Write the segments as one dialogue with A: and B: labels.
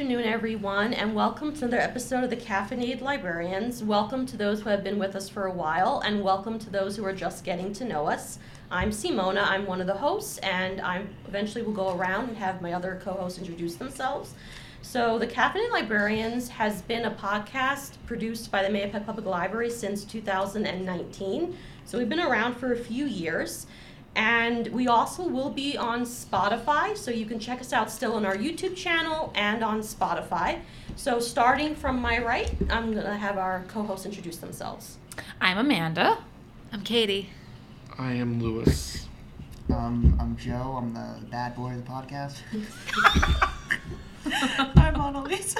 A: everyone, and welcome to another episode of the Caffeinated Librarians. Welcome to those who have been with us for a while, and welcome to those who are just getting to know us. I'm Simona, I'm one of the hosts, and I eventually will go around and have my other co hosts introduce themselves. So, the Caffeinated Librarians has been a podcast produced by the Mayapack Public Library since 2019. So, we've been around for a few years. And we also will be on Spotify, so you can check us out still on our YouTube channel and on Spotify. So, starting from my right, I'm going to have our co hosts introduce themselves.
B: I'm Amanda.
C: I'm Katie.
D: I am Lewis.
E: Um, I'm Joe. I'm the bad boy of the podcast.
C: I'm Mona Lisa.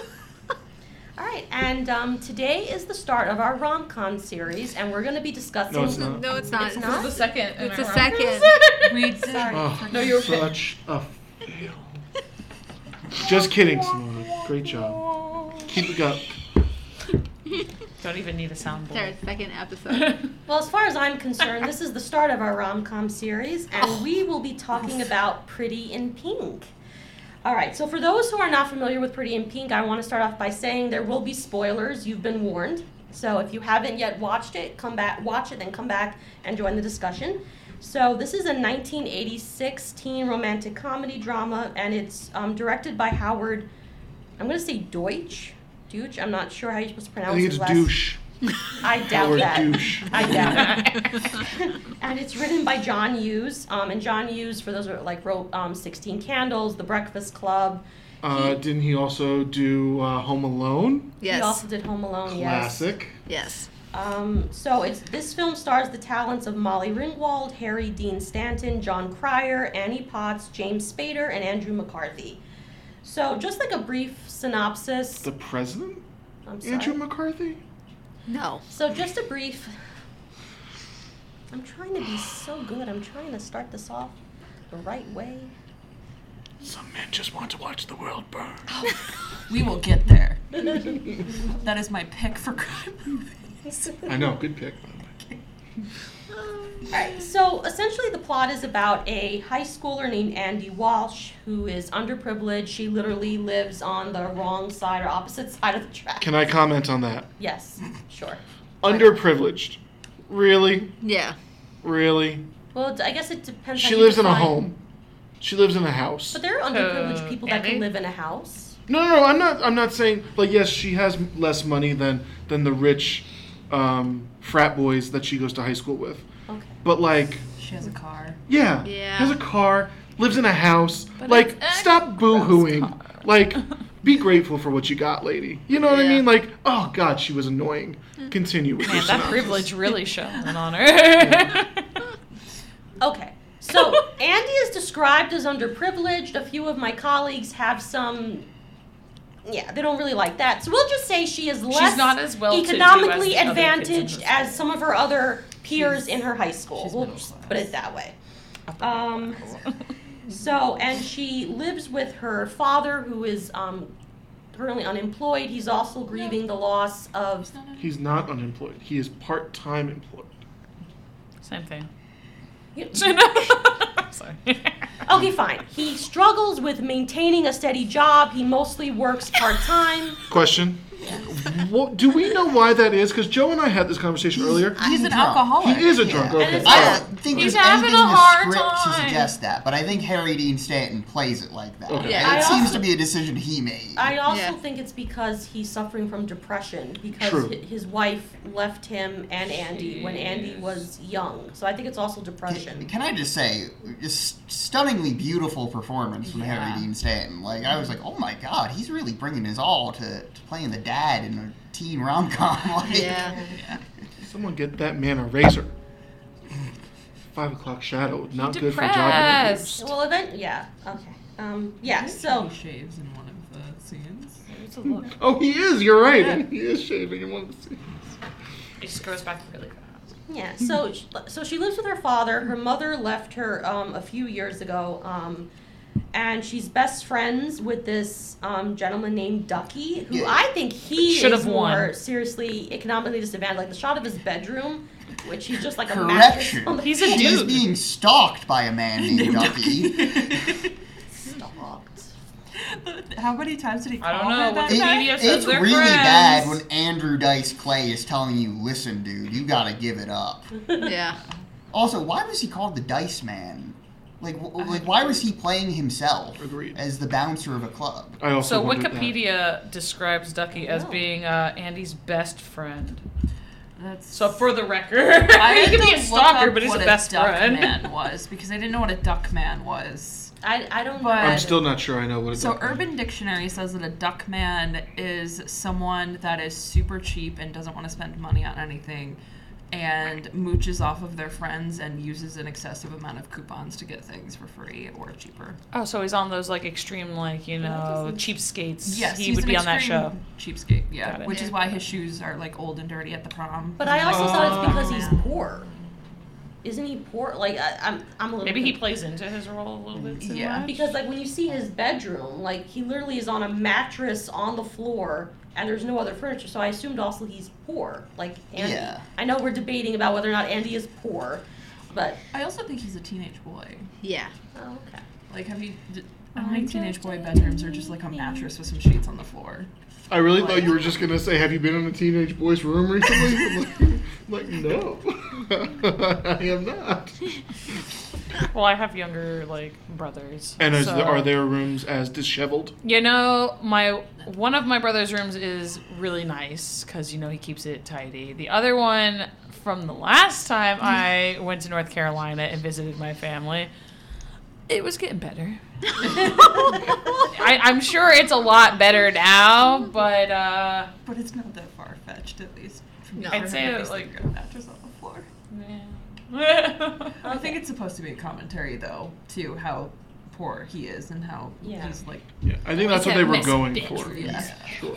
A: All right, and um, today is the start of our rom com series, and we're going to be discussing.
D: No, it's not.
C: No, it's not.
A: It's not?
F: The second. in
C: It's
F: a
C: the
F: row.
C: second.
A: Sorry.
D: Oh,
F: No, you're okay.
D: such a fail. Just kidding, Simona. Great job. Keep it up.
B: Don't even need a soundboard.
C: It's our second episode.
A: Well, as far as I'm concerned, this is the start of our rom com series, and we will be talking about Pretty in Pink. All right, so for those who are not familiar with Pretty in Pink, I want to start off by saying there will be spoilers. You've been warned. So if you haven't yet watched it, come back, watch it, then come back and join the discussion. So this is a 1986 teen romantic comedy drama, and it's um, directed by Howard. I'm going to say Deutsch. Deutsch. I'm not sure how you're supposed to
D: I
A: pronounce
D: think
A: his
D: it's
A: last.
D: douche.
A: I doubt
D: Howard
A: that.
D: douche.
A: I doubt it. and it's written by John Hughes. Um, and John Hughes, for those who are, like wrote um, 16 Candles, The Breakfast Club.
D: Uh, didn't he also do uh, Home Alone?
A: He
C: yes.
A: also did Home Alone.
D: Classic.
C: Yes.
A: Yes. Um, so it's this film stars the talents of Molly Ringwald, Harry Dean Stanton, John Cryer, Annie Potts, James Spader, and Andrew McCarthy. So just like a brief synopsis.
D: The president?
A: I'm sorry.
D: Andrew McCarthy?
C: No.
A: So just a brief. I'm trying to be so good. I'm trying to start this off the right way.
D: Some men just want to watch the world burn.
F: Oh, We will get there. that is my pick for crime movies.
D: I know. Good pick, by the way.
A: All right. So essentially, the plot is about a high schooler named Andy Walsh who is underprivileged. She literally lives on the wrong side or opposite side of the track.
D: Can I comment on that?
A: Yes. Sure.
D: Underprivileged. Really?
C: Yeah.
D: Really?
A: Well, d- I guess it depends. how
D: She
A: you
D: lives in a
A: define-
D: home. She lives in a house.
A: But there are underprivileged people that can
B: Andy?
A: live in a house.
D: No, no, no, I'm not. I'm not saying like yes, she has less money than than the rich um, frat boys that she goes to high school with.
A: Okay.
D: But like,
F: She has a car.
D: yeah,
C: Yeah.
D: has a car, lives in a house. like, stop boo-hooing. Like, be grateful for what you got, lady. You know what I
C: Yeah.
D: mean? Like, oh God, she was annoying. Continue with your
B: Man, that
D: synopsis.
B: privilege really shone on her.
A: Okay. So Andy is described as underprivileged. A few of my colleagues have some. Yeah, they don't really like that. So we'll just say she is less
B: not as well-to-do as
A: economically
B: the other kids in her
A: advantaged
B: school.
A: as some of her other peers in her high school.
F: she's
A: We'll
F: middle
A: just
F: class.
A: put it that way. Um, so and she lives with her father, who is um, currently unemployed. He's also grieving the loss of
D: He's not unemployed. He is part-time employed.
B: Same thing.
A: You-
B: Sorry.
A: Okay, fine. He struggles with maintaining a steady job. He mostly works part time.
D: Question. What, do we know why that is? Because Joe and I had this conversation earlier.
F: He's an
E: drunk.
F: alcoholic.
D: He is a drunk.
E: Yeah.
D: Okay.
A: it's-
E: I don't think
B: He's
E: there's
B: having
E: anything
B: a
E: in the
B: hard
E: script to
B: time.
E: suggest that, but I think Harry Dean Stanton plays it like that.
D: Okay.
C: Yeah.
E: And
A: I
E: it seems
A: also-
E: to be a decision he made.
A: I also
C: Yeah.
A: think it's because he's suffering from depression because
D: True.
A: hi- his wife left him and Andy when Andy was young. So I think it's also
E: Can,
A: depression.
E: can I just say, just stunningly beautiful performance from
B: Yeah.
E: Harry Dean Stanton. Like I was like, oh my god, he's really bringing his all to, to playing the dad in a teen rom com. Like,
C: Yeah.
D: Someone get that man a razor. Five o'clock shadow, not good for job. interviews.
B: Depressed.
A: Well, event, yeah, okay, um, yeah. So
F: He shaves in one of the scenes.
D: Oh, he is. You're right. He is shaving. in one of the scenes.
B: It just goes back really fast.
A: yeah, so sh- so she lives with her father. Her mother left her um, a few years ago, um, and she's best friends with this um, gentleman named Ducky, who
E: Yeah.
A: I think he
B: Should
A: is
B: have won.
A: more seriously economically disadvantaged. Like the shot of his bedroom, which he's just like a mattress
E: Correction.
A: on the
B: He's a
E: He's
B: dude.
E: being stalked by a man named Ducky.
A: stalked.
F: How many times did he call
B: I don't
F: her
B: know.
F: that
B: It-
F: night?
B: media says
E: it's
B: they're
E: really
B: friends.
E: bad when Andrew Dice Clay is telling you, listen, dude, you gotta give it up.
C: Yeah.
E: Also, why was he called the Dice Man? Like, w- like why was he playing himself
D: Agreed.
E: as the bouncer of a club?
D: I also
B: So
D: wondered that.
B: Wikipedia describes Ducky as
A: Oh.
B: being uh, Andy's best friend.
F: That's
B: So for the record, he
F: had
B: could be
F: to
B: a
F: look
B: stalker,
F: up
B: but he's
F: what
B: a best
F: duck
B: friend.
F: Man was because I didn't know what a duck man was.
A: I, I don't know.
F: But-
D: I'm still not sure I know what it's
F: So Urban Dictionary says that a duck man is someone that is super cheap and doesn't want to spend money on anything, and mooches off of their friends and uses an excessive amount of coupons to get things for free or cheaper.
B: Oh, so he's on those like extreme, like you know, cheapskates.
F: Yes,
B: he
F: he's
B: would
F: an
B: be on that show.
F: extreme Cheapskate,
B: Got
F: yeah,
B: it.
F: which is why his shoes are like old and dirty at the prom.
A: But I also
D: Oh.
A: thought it's because he's
F: Yeah.
A: poor. Isn't he poor? Like I, I'm, I'm a little.
B: Maybe he
A: confused.
B: plays into his role a little bit too
F: Yeah.
B: much.
A: because like when you see his bedroom, like he literally is on a mattress on the floor, and there's no other furniture. So I assumed also he's poor. Like Andy.
E: Yeah.
A: I know we're debating about whether or not Andy is poor, but
F: I also think he's a teenage boy.
C: Yeah.
A: oh, okay.
F: Like, have you? d- How many teenage boy bedrooms are just like a mattress with some sheets on the floor?
D: I really thought you were just gonna say, "Have you been in a teenage boy's room recently?" I'm like, like, no, I am not.
B: Well, I have younger like brothers.
D: And is
B: so-
D: are their rooms as disheveled?
B: You know, my one of my brother's rooms is really nice because you know he keeps it tidy. The other one from the last time I went to North Carolina and visited my family, it was getting better. I, I'm sure it's a lot better now, but uh,
F: But it's not that far fetched, at least. from
C: No.
F: the
B: I'd say,
F: photographers
B: like-
F: that got mattress on the floor.
B: yeah.
F: I think it's supposed to be a commentary, though, to how poor he is and how
A: Yeah.
F: he's like.
D: Yeah, I think that's what they were
C: Miss
D: going
C: Bitch.
D: for.
F: Yeah.
D: Sure.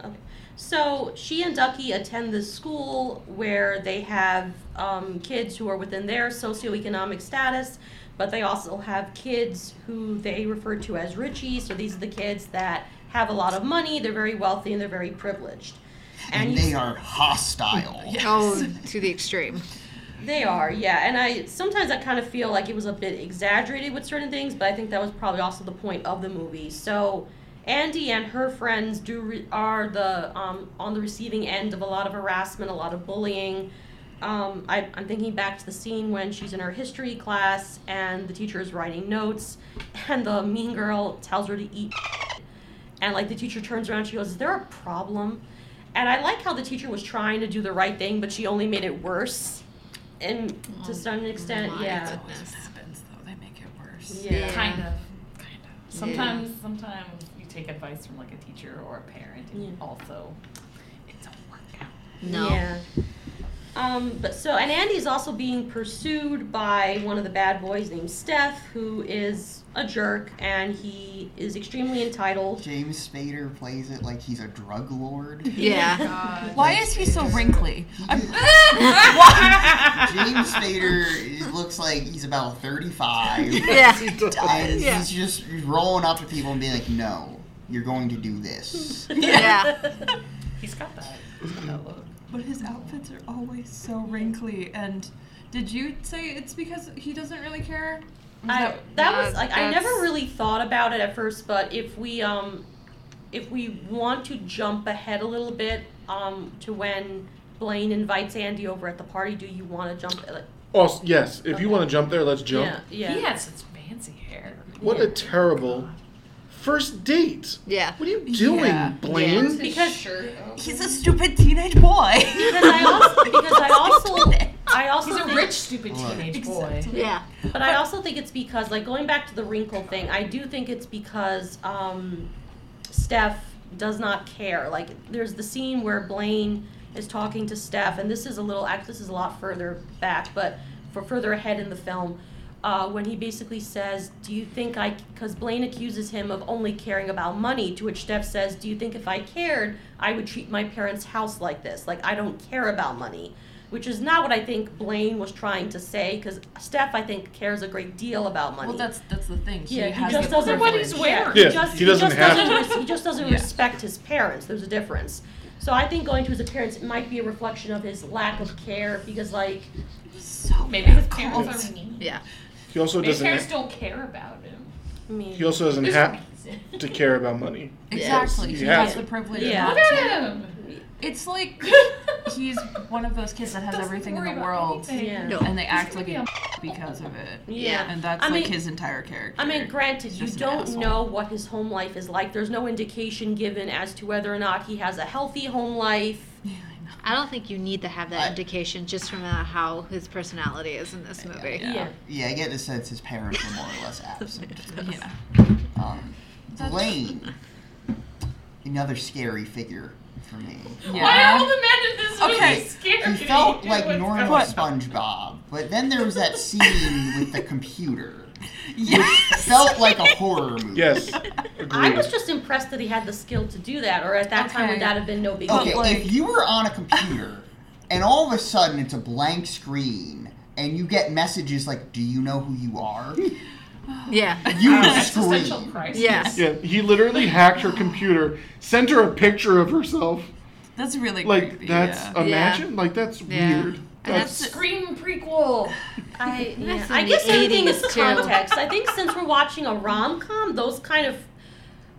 A: Okay. So she and Ducky attend this school where they have um, kids who are within their socioeconomic status, but they also have kids who they refer to as Richie. So these are the kids that have a lot of money, they're very wealthy, and they're very privileged.
E: And,
A: And
E: they
A: you-
E: are hostile.
C: Oh, to the extreme.
A: They are, yeah. And I sometimes I kind of feel like it was a bit exaggerated with certain things, but I think that was probably also the point of the movie. So Andy and her friends do re- are the um, on the receiving end of a lot of harassment, a lot of bullying. Um, I, I'm thinking back to the scene when she's in her history class and the teacher is writing notes, and the mean girl tells her to eat and like the teacher turns around, she goes, "Is there a problem?" And I like how the teacher was trying to do the right thing, but she only made it worse, and to some extent,
C: my
A: yeah,
F: That always happens, though. They make it worse.
A: yeah,
B: Kind of. Kind of. Sometimes, sometimes you take advice from like a teacher or a parent, and
A: Yeah.
B: also it don't work out.
C: No.
A: Yeah. Um, but so, and Andy's also being pursued by one of the bad boys named Steph, who is a jerk, and he is extremely entitled.
E: James Spader plays it like he's a drug lord.
C: Yeah.
F: Why is he so wrinkly? I'm,
E: James Spader he looks like he's about 35.
C: Yeah.
E: And
C: Yeah.
E: he's just rolling up to people and being like, no, you're going to do this.
C: Yeah.
B: He's got that. He's got that look.
F: but his outfits are always so wrinkly. And did you say it's because he doesn't really care? Was
A: I,
F: that-
A: that
C: that-
A: was like I never
C: that's-
A: really thought about it at first, but if we um, if we want to jump ahead a little bit um to when Blaine invites Andy over at the party, do you want to jump? Like,
D: Also, yes, if
A: Okay.
D: you want to jump there, let's jump.
A: Yeah, yeah.
B: He had such fancy hair.
D: What a terrible first date.
C: Yeah.
D: What are you doing,
F: Yeah.
D: Blaine?
A: Because
F: He's a stupid teenage boy.
A: because I also because I also I also
B: He's a
A: think-
B: rich, stupid teenage boy.
F: Exactly.
C: Yeah.
A: But I also think it's because, like, going back to the wrinkle thing, I do think it's because um, Steph does not care. Like, there's the scene where Blaine is talking to Steph, and this is a little, act. this is a lot further back, but for further ahead in the film, uh, when he basically says, "Do you think I?" Because Blaine accuses him of only caring about money, to which Steph says, "Do you think if I cared, I would treat my parents' house like this? Like I don't care about money." Which is not what I think Blaine was trying to say, because Steph, I think, cares a great deal about money.
F: Well, that's that's the thing.
A: yeah, he,
F: has
A: just
F: the
A: doesn't.
B: Look what he's wearing.
F: privilege.
D: Yeah, he doesn't have to.
A: res- he just doesn't
F: Yeah.
A: respect his parents. There's a difference. So I think going to his appearance might be a reflection of his lack of care, because like
F: So
B: Maybe his parents
F: cold.
B: are mean.
C: Yeah.
D: He also
B: Maybe his parents
D: doesn't.
B: don't care about him.
A: I mean,
D: He also doesn't have. to care about money.
F: Exactly.
D: Yes.
F: He
D: Yeah.
F: has the privilege
A: Yeah.
F: not
A: Look
F: to.
B: him.
F: It's like he's one of those kids that has
B: Doesn't
F: everything in
B: worry
F: the
B: about
F: world
B: anything.
A: Yeah.
C: No.
F: and they act
B: gonna
F: like
B: be
F: a because of it.
A: Yeah.
F: And that's
A: I
F: like
A: mean-
F: his entire character.
A: I mean, granted,
F: He's
A: you
F: just an
A: don't
F: asshole.
A: know what his home life is like. There's no indication given as to whether or not he has a healthy home life.
F: Yeah, I know.
C: I don't think you need to have that
E: I-
C: indication just from uh, how his personality is in this movie.
A: Yeah.
E: Yeah, I get the sense his parents were more or less absent.
F: Yeah.
E: Um, Blaine, another scary figure for me.
B: Why are all
F: Yeah.
B: the men in this movie
F: Okay.
B: scared?
E: He felt like
B: What's
E: normal
B: going-
E: SpongeBob, but then there was that scene with the computer.
F: Yes.
E: Felt like a horror movie.
D: Yes,
A: I
D: agreed.
A: was just impressed that he had the skill to do that, or at that time
F: Okay.
A: would that have been no big deal?
E: Okay,
F: like-
E: if you were on a computer and all of a sudden it's a blank screen and you get messages like, "Do you know who you are?"
C: Yeah.
E: You
B: An
E: would
B: existential
E: scream.
B: crisis.
C: Yes.
D: yeah, he literally hacked her computer, sent her a picture of herself.
F: That's really
D: Like
F: creepy.
D: that's
F: yeah.
D: imagine. Like that's
C: Yeah.
D: weird.
C: And
D: That's,
C: that's-
B: Scream prequel.
A: I, yeah,
C: That's in
A: I
C: the
A: guess everything is
C: 80s too.
A: context. I think since we're watching a rom com, those kind of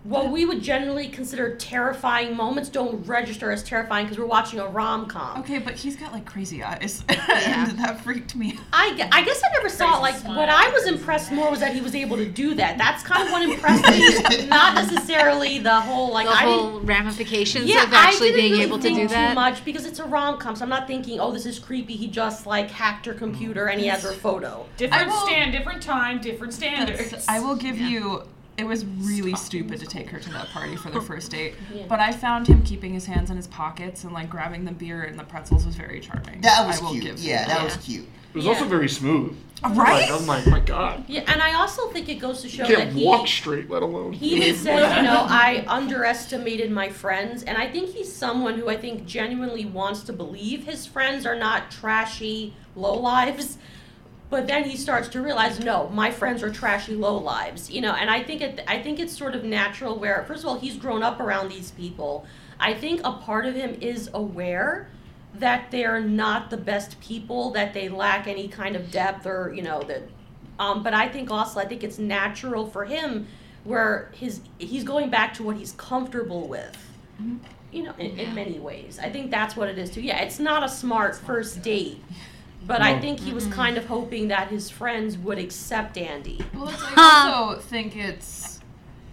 A: what we would generally consider terrifying moments don't register as terrifying because we're watching a rom com.
F: Okay, but he's got like crazy eyes.
C: Yeah.
F: and that freaked me out.
A: I, gu- I guess I never saw it. Like, what I was impressed more was that he was able to do that. That's kind of what impressed me, not necessarily the whole, like,
C: The
A: I didn't
C: whole ramifications
A: yeah,
C: of actually
A: I didn't
C: being
A: really
C: able to
A: think
C: do
A: too
C: that.
A: much because it's a rom com. So I'm not thinking, oh, this is creepy. He just like hacked her computer and he has her photo.
B: Different
F: I will-
B: stand, different time, different standards.
F: I will give you. It was really stupid to take her to that party for their first date, but I found him keeping his hands in his pockets and like grabbing the beer and the pretzels was very charming.
E: That was
F: I will
E: cute.
F: give you
E: Yeah, that
C: that.
E: was cute.
D: it was also very smooth.
F: that. right.
D: Like, I'm like, my God,
A: Yeah, and I also think it goes to show
D: you
A: that
D: can't
A: he
D: walk straight, let alone.
A: he even says, you know, I underestimated my friends, and I think he's someone who I think genuinely wants to believe his friends are not trashy low lives. But then he starts to realize, no, my friends are trashy low lives, you know. And I think it, I think it's sort of natural where, first of all, he's grown up around these people. I think a part of him is aware that they're not the best people, that they lack any kind of depth or, you know, that um, but I think also I think it's natural for him where his he's going back to what he's comfortable with. You know, in, in many ways. I think that's what it is too. Yeah, it's not a smart first date. But I
D: No.
A: think he was kind of hoping that his friends would accept Andy.
F: Well, it's, I also think it's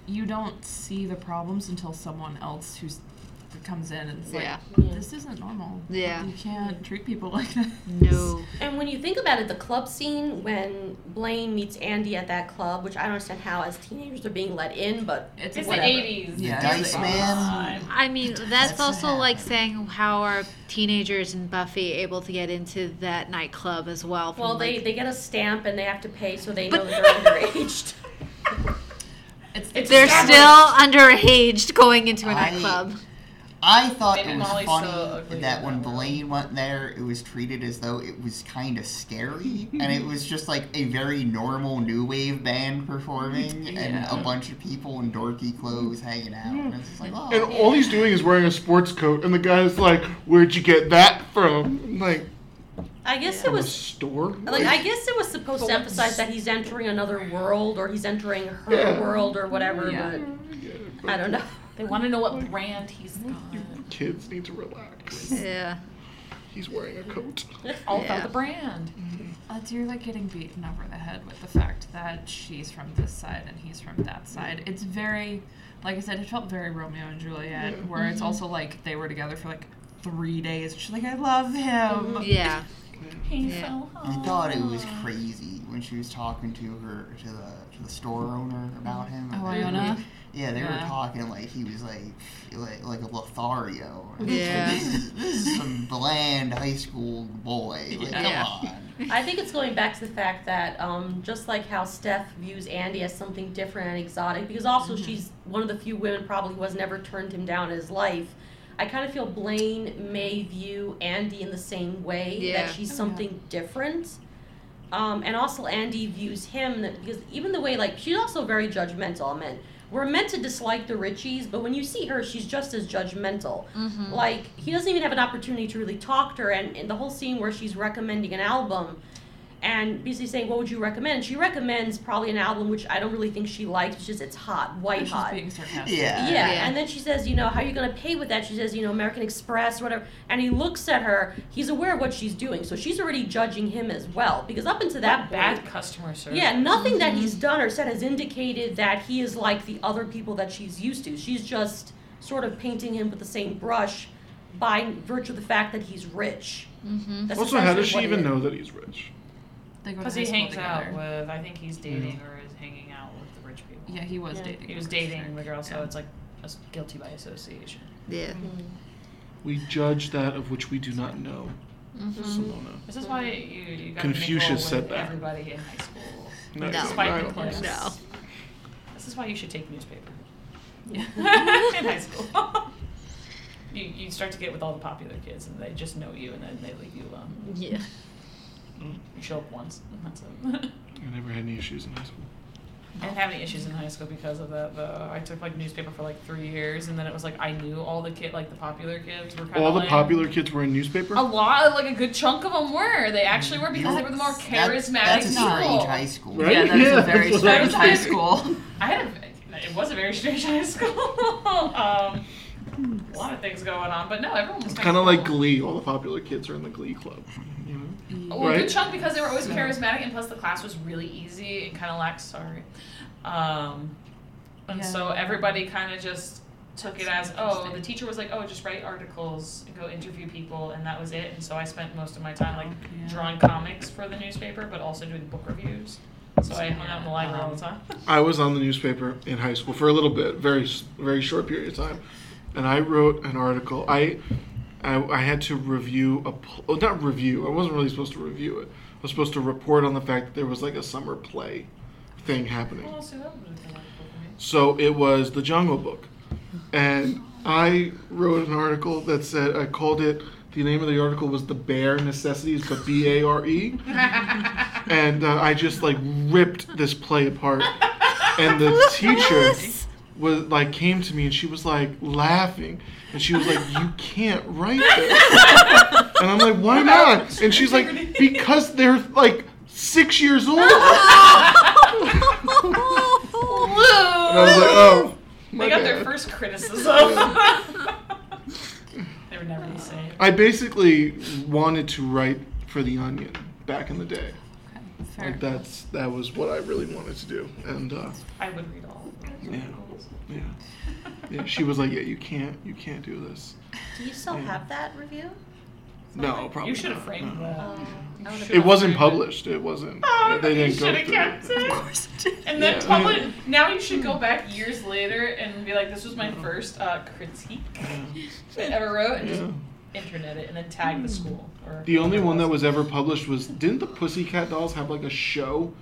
F: you don't see the problems until someone else who's comes in and it's like,
C: Yeah.
F: this isn't normal.
C: Yeah.
F: you can't treat people like that.
C: No.
A: And when you think about it, the club scene when Blaine meets Andy at that club, which I don't understand how as teenagers are being let in, but
F: It's,
B: It's
F: whatever.
B: the 80s.
E: The
F: Yeah,
E: Dice
F: it's like-
E: Man.
C: I mean, that's,
E: what
C: also
E: happened.
C: like saying how are teenagers and Buffy able to get into that nightclub as well? from,
A: well they,
C: like-
A: they get a stamp and they have to pay so they know they're underaged.
F: It's,
B: It's
C: they're
B: established.
C: still underaged going into a
E: I-
C: nightclub.
E: I thought
B: David
E: it was
B: Molly's so
E: funny
B: ugly
E: that
B: in
E: when
B: that one.
E: Blaine went there, it was treated as though it was kind of scary, and it was just like a very normal new wave band performing, and
F: Yeah.
E: a bunch of people in dorky clothes hanging out. And it's just like, oh,
D: And all he's doing is wearing a sports coat, and the guy's like, "Where'd you get that from?" I'm like,
A: I guess it
D: from a
A: was
D: store.
A: Like I guess it was supposed to emphasize that he's entering another world or he's entering her
D: Yeah.
A: world or whatever,
F: Yeah.
D: Yeah,
A: but I don't know.
B: They want to know what brand he's got.
D: Kids need to relax.
C: Yeah.
D: He's wearing a coat.
B: All about
C: Yeah.
B: the brand.
F: That's you're like getting beaten over the head with the fact that she's from this side and he's from that side. It's very, like I said, it felt very Romeo and Juliet,
D: Yeah.
F: where
B: Mm-hmm.
F: it's also like they were together for like three days. She's like, I love him.
D: Mm-hmm.
C: Yeah.
B: He
C: Yeah.
B: fell
E: I thought it was crazy when she was talking to her to the to the store owner about him.
F: Oh,
E: They were-
D: Mm-hmm.
F: Iona?
E: Yeah, they
F: Yeah.
E: were talking like he was like like, like a Lothario. And it's like,
C: Yeah.
E: this, is, this is some bland high school boy. Like,
C: Yeah.
E: come on.
A: I think it's going back to the fact that um, just like how Steph views Andy as something different and exotic, because also she's one of the few women probably who has never turned him down in his life. I kind of feel Blaine may view Andy in the same way
C: Yeah.
A: that she's
F: yeah.
A: something different. Um, and also Andy views him that, because even the way like she's also very judgmental. I mean, we're meant to dislike the Richies, but when you see her, she's just as judgmental. Like he doesn't even have an opportunity to really talk to her, and, and the whole scene where she's recommending an album, and basically saying, "What would you recommend?" She recommends probably an album which I don't really think she likes, which is it's hot, white
F: She's
A: hot.
F: being sarcastic.
E: Yeah.
A: Yeah.
C: Yeah.
A: and then she says, you know, how are you going to pay with that? She says, you know, American Express, or whatever. And he looks at her. He's aware of what she's doing, so she's already judging him as well. Because up until that
B: Bad
A: point,
B: customer service.
A: yeah, nothing that he's done or said has indicated that he is like the other people that she's used to. She's just sort of painting him with the same brush by virtue of the fact that he's rich.
C: Mm-hmm.
A: That's
D: Also, how
A: essentially
D: does she
A: what it
D: even
A: is.
D: know that he's rich?
F: They go to
B: Because
F: high
B: he
F: school
B: hangs
F: together. Mm-hmm.
B: out with, I think he's dating or is hanging out with the rich people.
F: Yeah, he was
A: Yeah.
F: dating.
B: He was
F: the rich
B: dating the
F: chick.
B: girl, so
F: Yeah.
B: it's like a s- guilty by association.
C: Yeah.
D: We judge that of which we do not know,
A: Mm-hmm.
D: Simona.
B: This is why you, you got
D: Confucius said that.
B: everybody in high school.
D: No,
C: No.
D: it's not.
B: Despite the clothes.
C: No.
B: This is why you should take newspaper. in high school. you, you start to get with all the popular kids and they just know you and then they leave you alone.
C: Yeah.
B: You show up once and that's it.
D: I never had any issues in high school.
B: I didn't have any issues in high school because of that though. I took like newspaper for like three years and then it was like I knew all the kid like the popular kids were kind
D: All
B: of
D: the popular kids were in newspaper.
A: Oh,
B: a lot, like a good chunk of them were. They actually were because they were the more
E: That's-
B: charismatic
E: That's a
B: people.
E: strange high school.
D: Right?
F: Yeah, that is
D: Yeah,
F: a very
D: that's what
B: I'm
F: strange high
B: saying.
F: school.
B: I had a, it was a very strange high school. um, a lot of things going on, but no, everyone was
D: Kind
B: cool.
D: of like Glee. All the popular kids are in the Glee club. You know?
B: Well, a
D: Right.
B: good chunk because they were always charismatic, and plus the class was really easy and kind of lacked sorry. Um, and
F: Yeah.
B: so everybody kind of just took it as oh, the teacher was like oh, just write articles and go interview people, and that was it. And so I spent most of my time like
F: Oh, Yeah.
B: drawing comics for the newspaper, but also doing book reviews. So I hung out in the library all the time.
D: I was on the newspaper in high school for a little bit, very s- very short period of time, and I wrote an article. I I, I had to review a pl- oh, not review. I wasn't really supposed to review it. I was supposed to report on the fact that there was like a summer play thing happening.
B: Well, see, that would have been wonderful for me.
D: So it was the Jungle Book, and I wrote an article that said I called it. The name of the article was "The Bare Necessities," but B A R E, and uh, I just like ripped this play apart. And the teacher was like came to me and she was like laughing, and she was like, "You can't write this," and I'm like, "Why not?" And she's like, "Because they're like six years old." And I was like, "Oh." my
B: They got their
D: bad."
B: first criticism. they were never the same.
D: I basically wanted to write for the Onion back in the day.
F: Fair.
D: Like that's that was what I really wanted to do, and uh,
B: I would read all of those
D: Yeah.
B: articles.
D: yeah. yeah, she was like, "Yeah, you can't, you can't do this."
A: Do you still have that review?
D: No, oh, probably.
B: You should have
D: not, Mm.
B: framed
D: no.
B: that.
A: Um, I would've-
D: It wasn't published. It wasn't.
B: Oh,
D: they
B: you
D: didn't
B: should
D: go
B: have
D: through.
B: kept
D: it.
B: it. And then
D: Yeah.
B: public. Now you should go back years later and be like, "This was my first uh, critique that I ever wrote," and just
D: Mm-hmm. Yeah.
B: internet it, and then tag the school. Or
D: The only one that was ever published was didn't the Pussycat Dolls have like a show,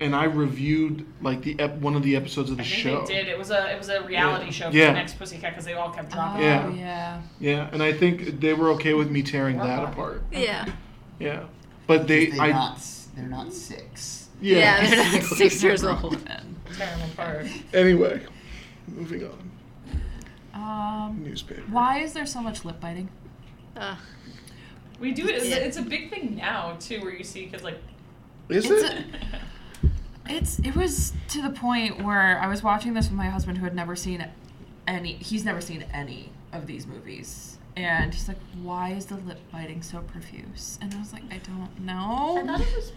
D: and I reviewed like the ep- one of the episodes of the
B: I think
D: show.
B: they did. It was a it was a reality
D: Yeah.
B: show for
D: Yeah.
B: the next Pussycat because they all kept
F: Oh,
B: dropping.
D: Yeah.
F: yeah.
D: Yeah, and I think they were okay with me tearing that apart.
C: Yeah.
D: Yeah, but they,
E: They, are
D: I
E: not, s- they're not six.
C: Yeah. They're not six years old.
B: Tearing them apart.
D: Anyway, moving on.
F: Um,
D: Newspaper.
F: why is there so much lip biting?
C: Uh,
B: We do it. It's,
C: Yeah.
B: it's a big thing now too, where you see kids like.
D: Is
F: it's
D: it?
F: It's it was to the point where I was watching this with my husband who had never seen any he's never seen any of these movies. And he's like, Why is the lip biting so profuse? And I was like, I don't know.
A: I thought it was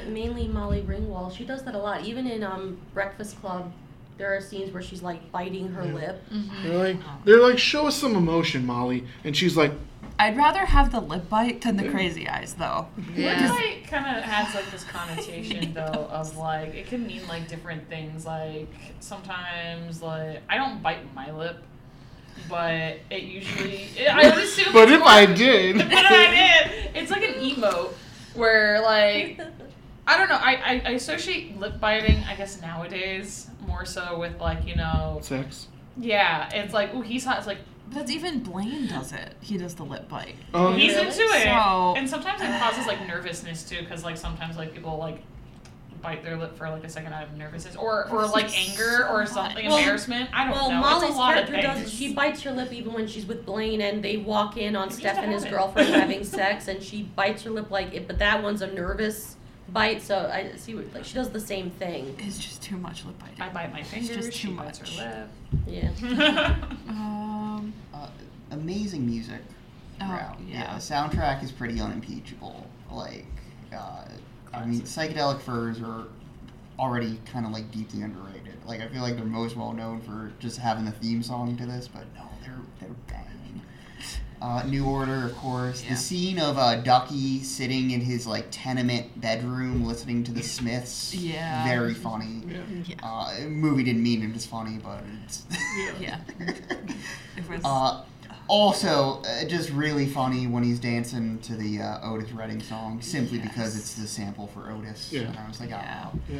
A: m- mainly Molly Ringwald. She does that a lot. Even in um, Breakfast Club, there are scenes where she's like biting her
D: Yeah.
A: lip.
D: They're like, they're like, show us some emotion, Molly, and she's like,
F: I'd rather have the lip bite than the crazy eyes though.
C: yeah.
B: It kind of has like this connotation though of like it can mean like different things. Like sometimes like I don't bite my lip, but it usually I would assume.
D: but
B: it's
D: if
B: more-
D: I did,
B: but if I did, it's like an emote where like I don't know. I, I I associate lip biting I guess nowadays more so with like you know
D: sex.
B: yeah it's like oh he's hot it's like
F: But that's even Blaine does it. He does the lip bite.
D: Um,
B: He's
A: Really?
B: into it,
F: So-
B: and sometimes it causes like nervousness too, because like sometimes like people like bite their lip for like a second out of nervousness or or like anger or something
A: Well-
B: embarrassment. I don't
A: Well,
B: know.
A: Molly's
B: it's a lot of
A: character
B: things.
A: does. She bites her lip even when she's with Blaine, and they walk in on
B: It
A: Steph
B: used to
A: and his
B: happen.
A: girlfriend having sex, and she bites her lip like it. But that one's a nervous bite, so I see. What, like she does the same thing.
F: It's just too much lip biting.
B: I bite my fingers.
F: just
B: she
F: too
B: bites
F: much.
B: her
A: Yeah.
B: lip.
F: Um,
E: Uh, amazing music.
F: Oh,
E: throughout.
F: yeah.
E: The soundtrack is pretty unimpeachable. Like, uh, I mean, psychedelic furs are already kind of like deeply underrated. Like, I feel like they're most well known for just having the theme song to this, but no, they're they're banging. Uh, New Order, of course.
F: Yeah.
E: The scene of uh, Ducky sitting in his like tenement bedroom listening to the Smiths.
F: Yeah.
E: Very funny.
D: Yeah.
E: Uh, movie didn't mean it was funny, but it's.
F: yeah. It was.
E: Uh, also, uh, just really funny when he's dancing to the uh, Otis Redding song, simply because it's the sample for Otis.
D: Yeah.
E: And I was like, oh,
F: Yeah.
D: Yeah.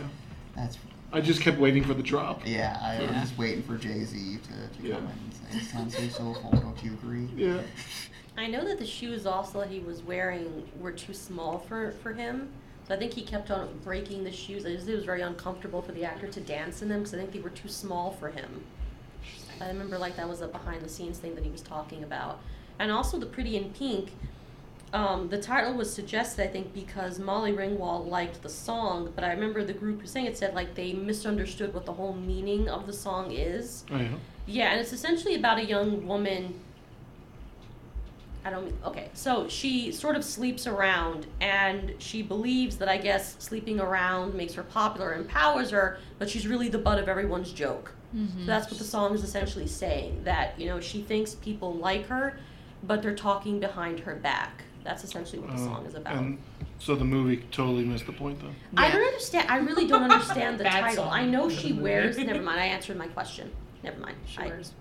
E: that's
D: I just kept waiting for the drop.
E: yeah. I was
F: Yeah.
E: just waiting for Jay Z to, to
D: Yeah.
E: come in and say, "It sounds so soulful." Don't you agree?
D: Yeah.
A: I know that the shoes also that he was wearing were too small for for him, so I think he kept on breaking the shoes. I just it was very uncomfortable for the actor to dance in them because I think they were too small for him. I remember like that was a behind the scenes thing that he was talking about, and also the Pretty in Pink. Um, the title was suggested, I think, because Molly Ringwald liked the song, but I remember the group who sang it said like they misunderstood what the whole meaning of the song is.
D: I know.
A: Yeah, and it's essentially about a young woman. I don't mean. Okay, so she sort of sleeps around, and she believes that I guess sleeping around makes her popular and powers her, but she's really the butt of everyone's joke. So that's what the song is essentially saying that, you know, she thinks people like her, but they're talking behind her back. That's essentially what the song is about.
D: Oh, And so the movie totally missed the point, though.
A: I don't understand. I really don't understand the
B: Bad
A: title.
B: song
A: I know
B: for the
A: she
B: movie.
A: wears. Never mind. I answered my question. Never mind.
G: She
A: I-
G: wears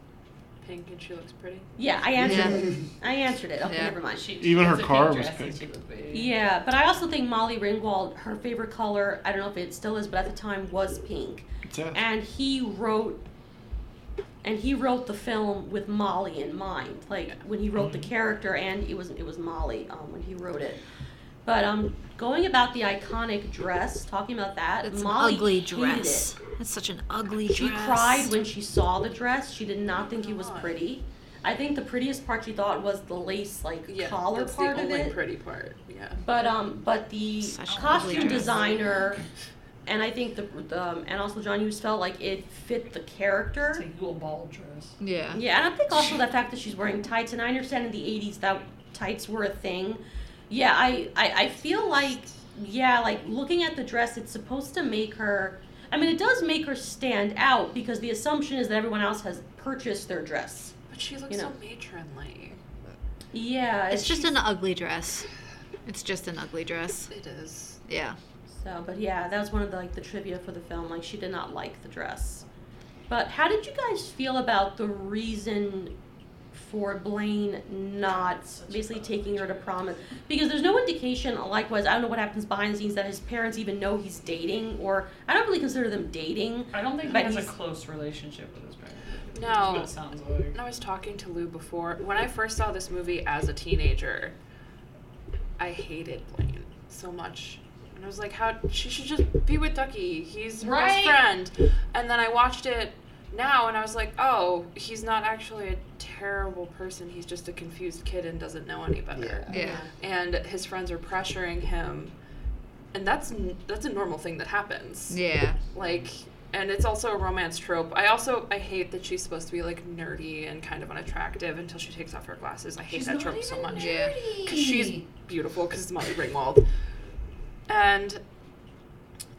G: pink and she looks pretty.
A: Yeah, I answered it. I answered it. Okay,
C: Yeah.
A: never mind.
B: She-
D: Even
B: she
D: her
B: has a
D: car
B: pink
D: was
B: dress and
D: pink.
B: she was big.
A: Yeah, but I also think Molly Ringwald, her favorite color, I don't know if it still is, but at the time was pink.
D: It's a-
A: And he wrote and he wrote the film with Molly in mind. Like when he wrote the character and it was it was Molly um, when he wrote it. But um going about the iconic dress, talking about that,
C: That's
A: Molly
C: an ugly
A: hated
C: dress.
A: it.
C: That's such an ugly dress.
A: She cried when she saw the dress. She did not think it was pretty. I think the prettiest part she thought was the lace like
G: Yeah,
A: collar
G: that's
A: part
G: the
A: of
G: only
A: it.
G: pretty part. Yeah.
A: But um, but the
C: Such an ugly
A: costume
C: dress.
A: designer, and I think the, the um, and also John Hughes felt like it fit the
B: It's a
A: character.
B: Yule Ball dress.
C: Yeah.
A: Yeah, and I think also the fact that she's wearing tights, and I understand in the '80s that tights were a thing. Yeah, I I, I feel like yeah, like looking at the dress, it's supposed to make her. I mean, it does make her stand out because the assumption is that everyone else has purchased their dress.
G: But she looks
A: You know.
G: so matronly.
A: Yeah,
C: It's just
A: she's-
C: an ugly dress. It's just an ugly dress.
G: It is.
C: Yeah.
A: So, but yeah, that was one of the, like the trivia for the film. Like, she did not like the dress. But how did you guys feel about the reason for Blaine not basically taking her to prom? Because there's no indication. Likewise, I don't know what happens behind the scenes that his parents even know he's dating, or I don't really consider them dating.
B: I don't think
A: But
B: he has a
A: he's-
B: close relationship with his parents. That's what
G: No.
B: it sounds like.
G: And I was talking to Lou before. When I first saw this movie as a teenager, I hated Blaine so much. And I was like, how she should just be with Ducky. He's her
B: Right.
G: best friend. And then I watched it now and I was like, oh, he's not actually a terrible person. He's just a confused kid and doesn't know any better.
C: Yeah.
G: And his friends are pressuring him. And that's n- that's a normal thing that happens
C: Yeah.
G: like and it's also a romance trope i also i hate that she's supposed to be like nerdy and kind of unattractive until she takes off her glasses i hate that trope so much
C: Yeah.
G: because she's beautiful because it's molly ringwald and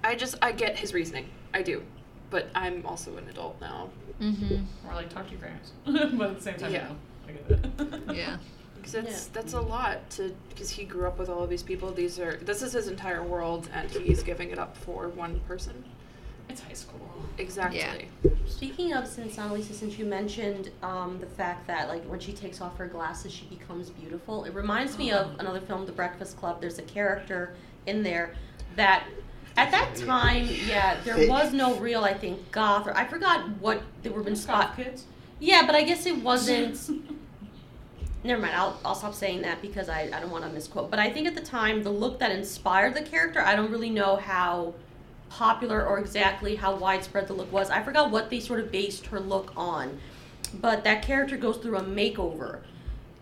G: i just i get his reasoning i do but i'm also an adult now
C: Mhm.
B: Or like talk to your parents. but at the same time,
G: Yeah.
B: no. I get it.
C: Yeah.
G: because that's that's a lot to because he grew up with all of these people these are this is his entire world and he's giving it up for one person
B: It's high school.
G: exactly
A: Speaking of, since Annalisa, since you mentioned um, the fact that like when she takes off her glasses, she becomes beautiful. It reminds me of another film, The Breakfast Club. There's a character in there that, at that time, yeah, there was no real, I think, goth or I forgot what they were been spot.
B: kids.
A: Yeah, but I guess it wasn't. Never mind. I'll, I'll stop saying that because I, I don't want to misquote. But I think at the time, the look that inspired the character, I don't really know how popular or exactly how widespread the look was. I forgot what they sort of based her look on, but that character goes through a makeover,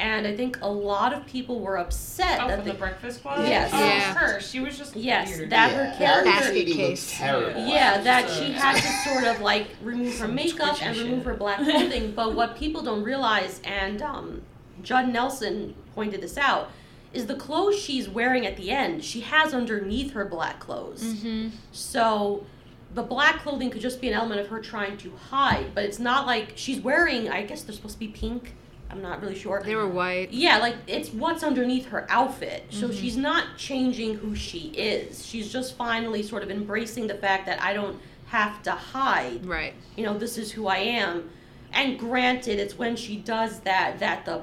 A: and I think a lot of people were upset
B: Oh,
A: that
B: from
A: they,
B: the Breakfast Club?
A: Yes.
B: Oh,
C: Yeah.
B: her. She was just
A: yes
B: weird.
A: that
E: yeah,
A: her
E: that
A: character
C: basket
E: lady looked
C: case.
E: terrible.
A: yeah, that
B: So-
A: she had to sort of like remove her makeup
B: twitchy
A: and
B: shit.
A: remove her black clothing. but what people don't realize, and um, Judd Nelson pointed this out, is the clothes she's wearing at the end, she has underneath her black clothes.
B: Mm-hmm.
C: Mm-hmm.
A: So the black clothing could just be an element of her trying to hide, but it's not like she's wearing, I guess they're supposed to be pink. I'm not really sure.
C: They were white.
A: Yeah, like it's what's underneath her outfit. So she's not changing who she is. She's just finally sort of embracing the fact that I don't have to hide.
C: Right.
A: You know, this is who I am. And granted, it's when she does that that the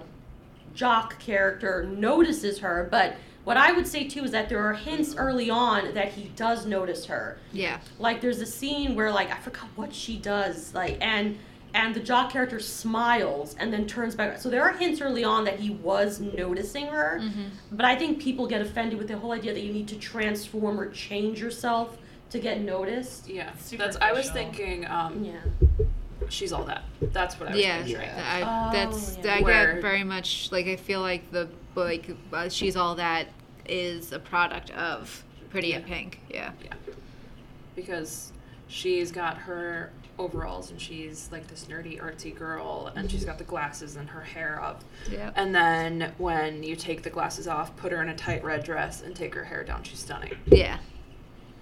A: jock character notices her. But what I would say too is that there are hints early on that he does notice her
C: Yeah.
A: like there's a scene where like I forgot what she does like and and the jock character smiles and then turns back so there are hints early on that he was noticing her
C: Mm.
A: but I think people get offended with the whole idea that you need to transform or change yourself to get noticed
F: Yeah, that's. I was
B: Superficial.
F: thinking, um,
A: yeah
F: she's all that. That's what I was
C: Yeah.
F: picturing.
C: I,
A: Oh,
C: that's
A: yeah.
C: I
F: Where-
C: get very much like I feel like the like uh, she's all that is a product of Pretty in Pink. Yeah.
F: because she's got her overalls and she's like this nerdy artsy girl and she's got the glasses and her hair up
C: Yeah.
F: and then when you take the glasses off put her in a tight red dress and take her hair down she's stunning
C: Yeah.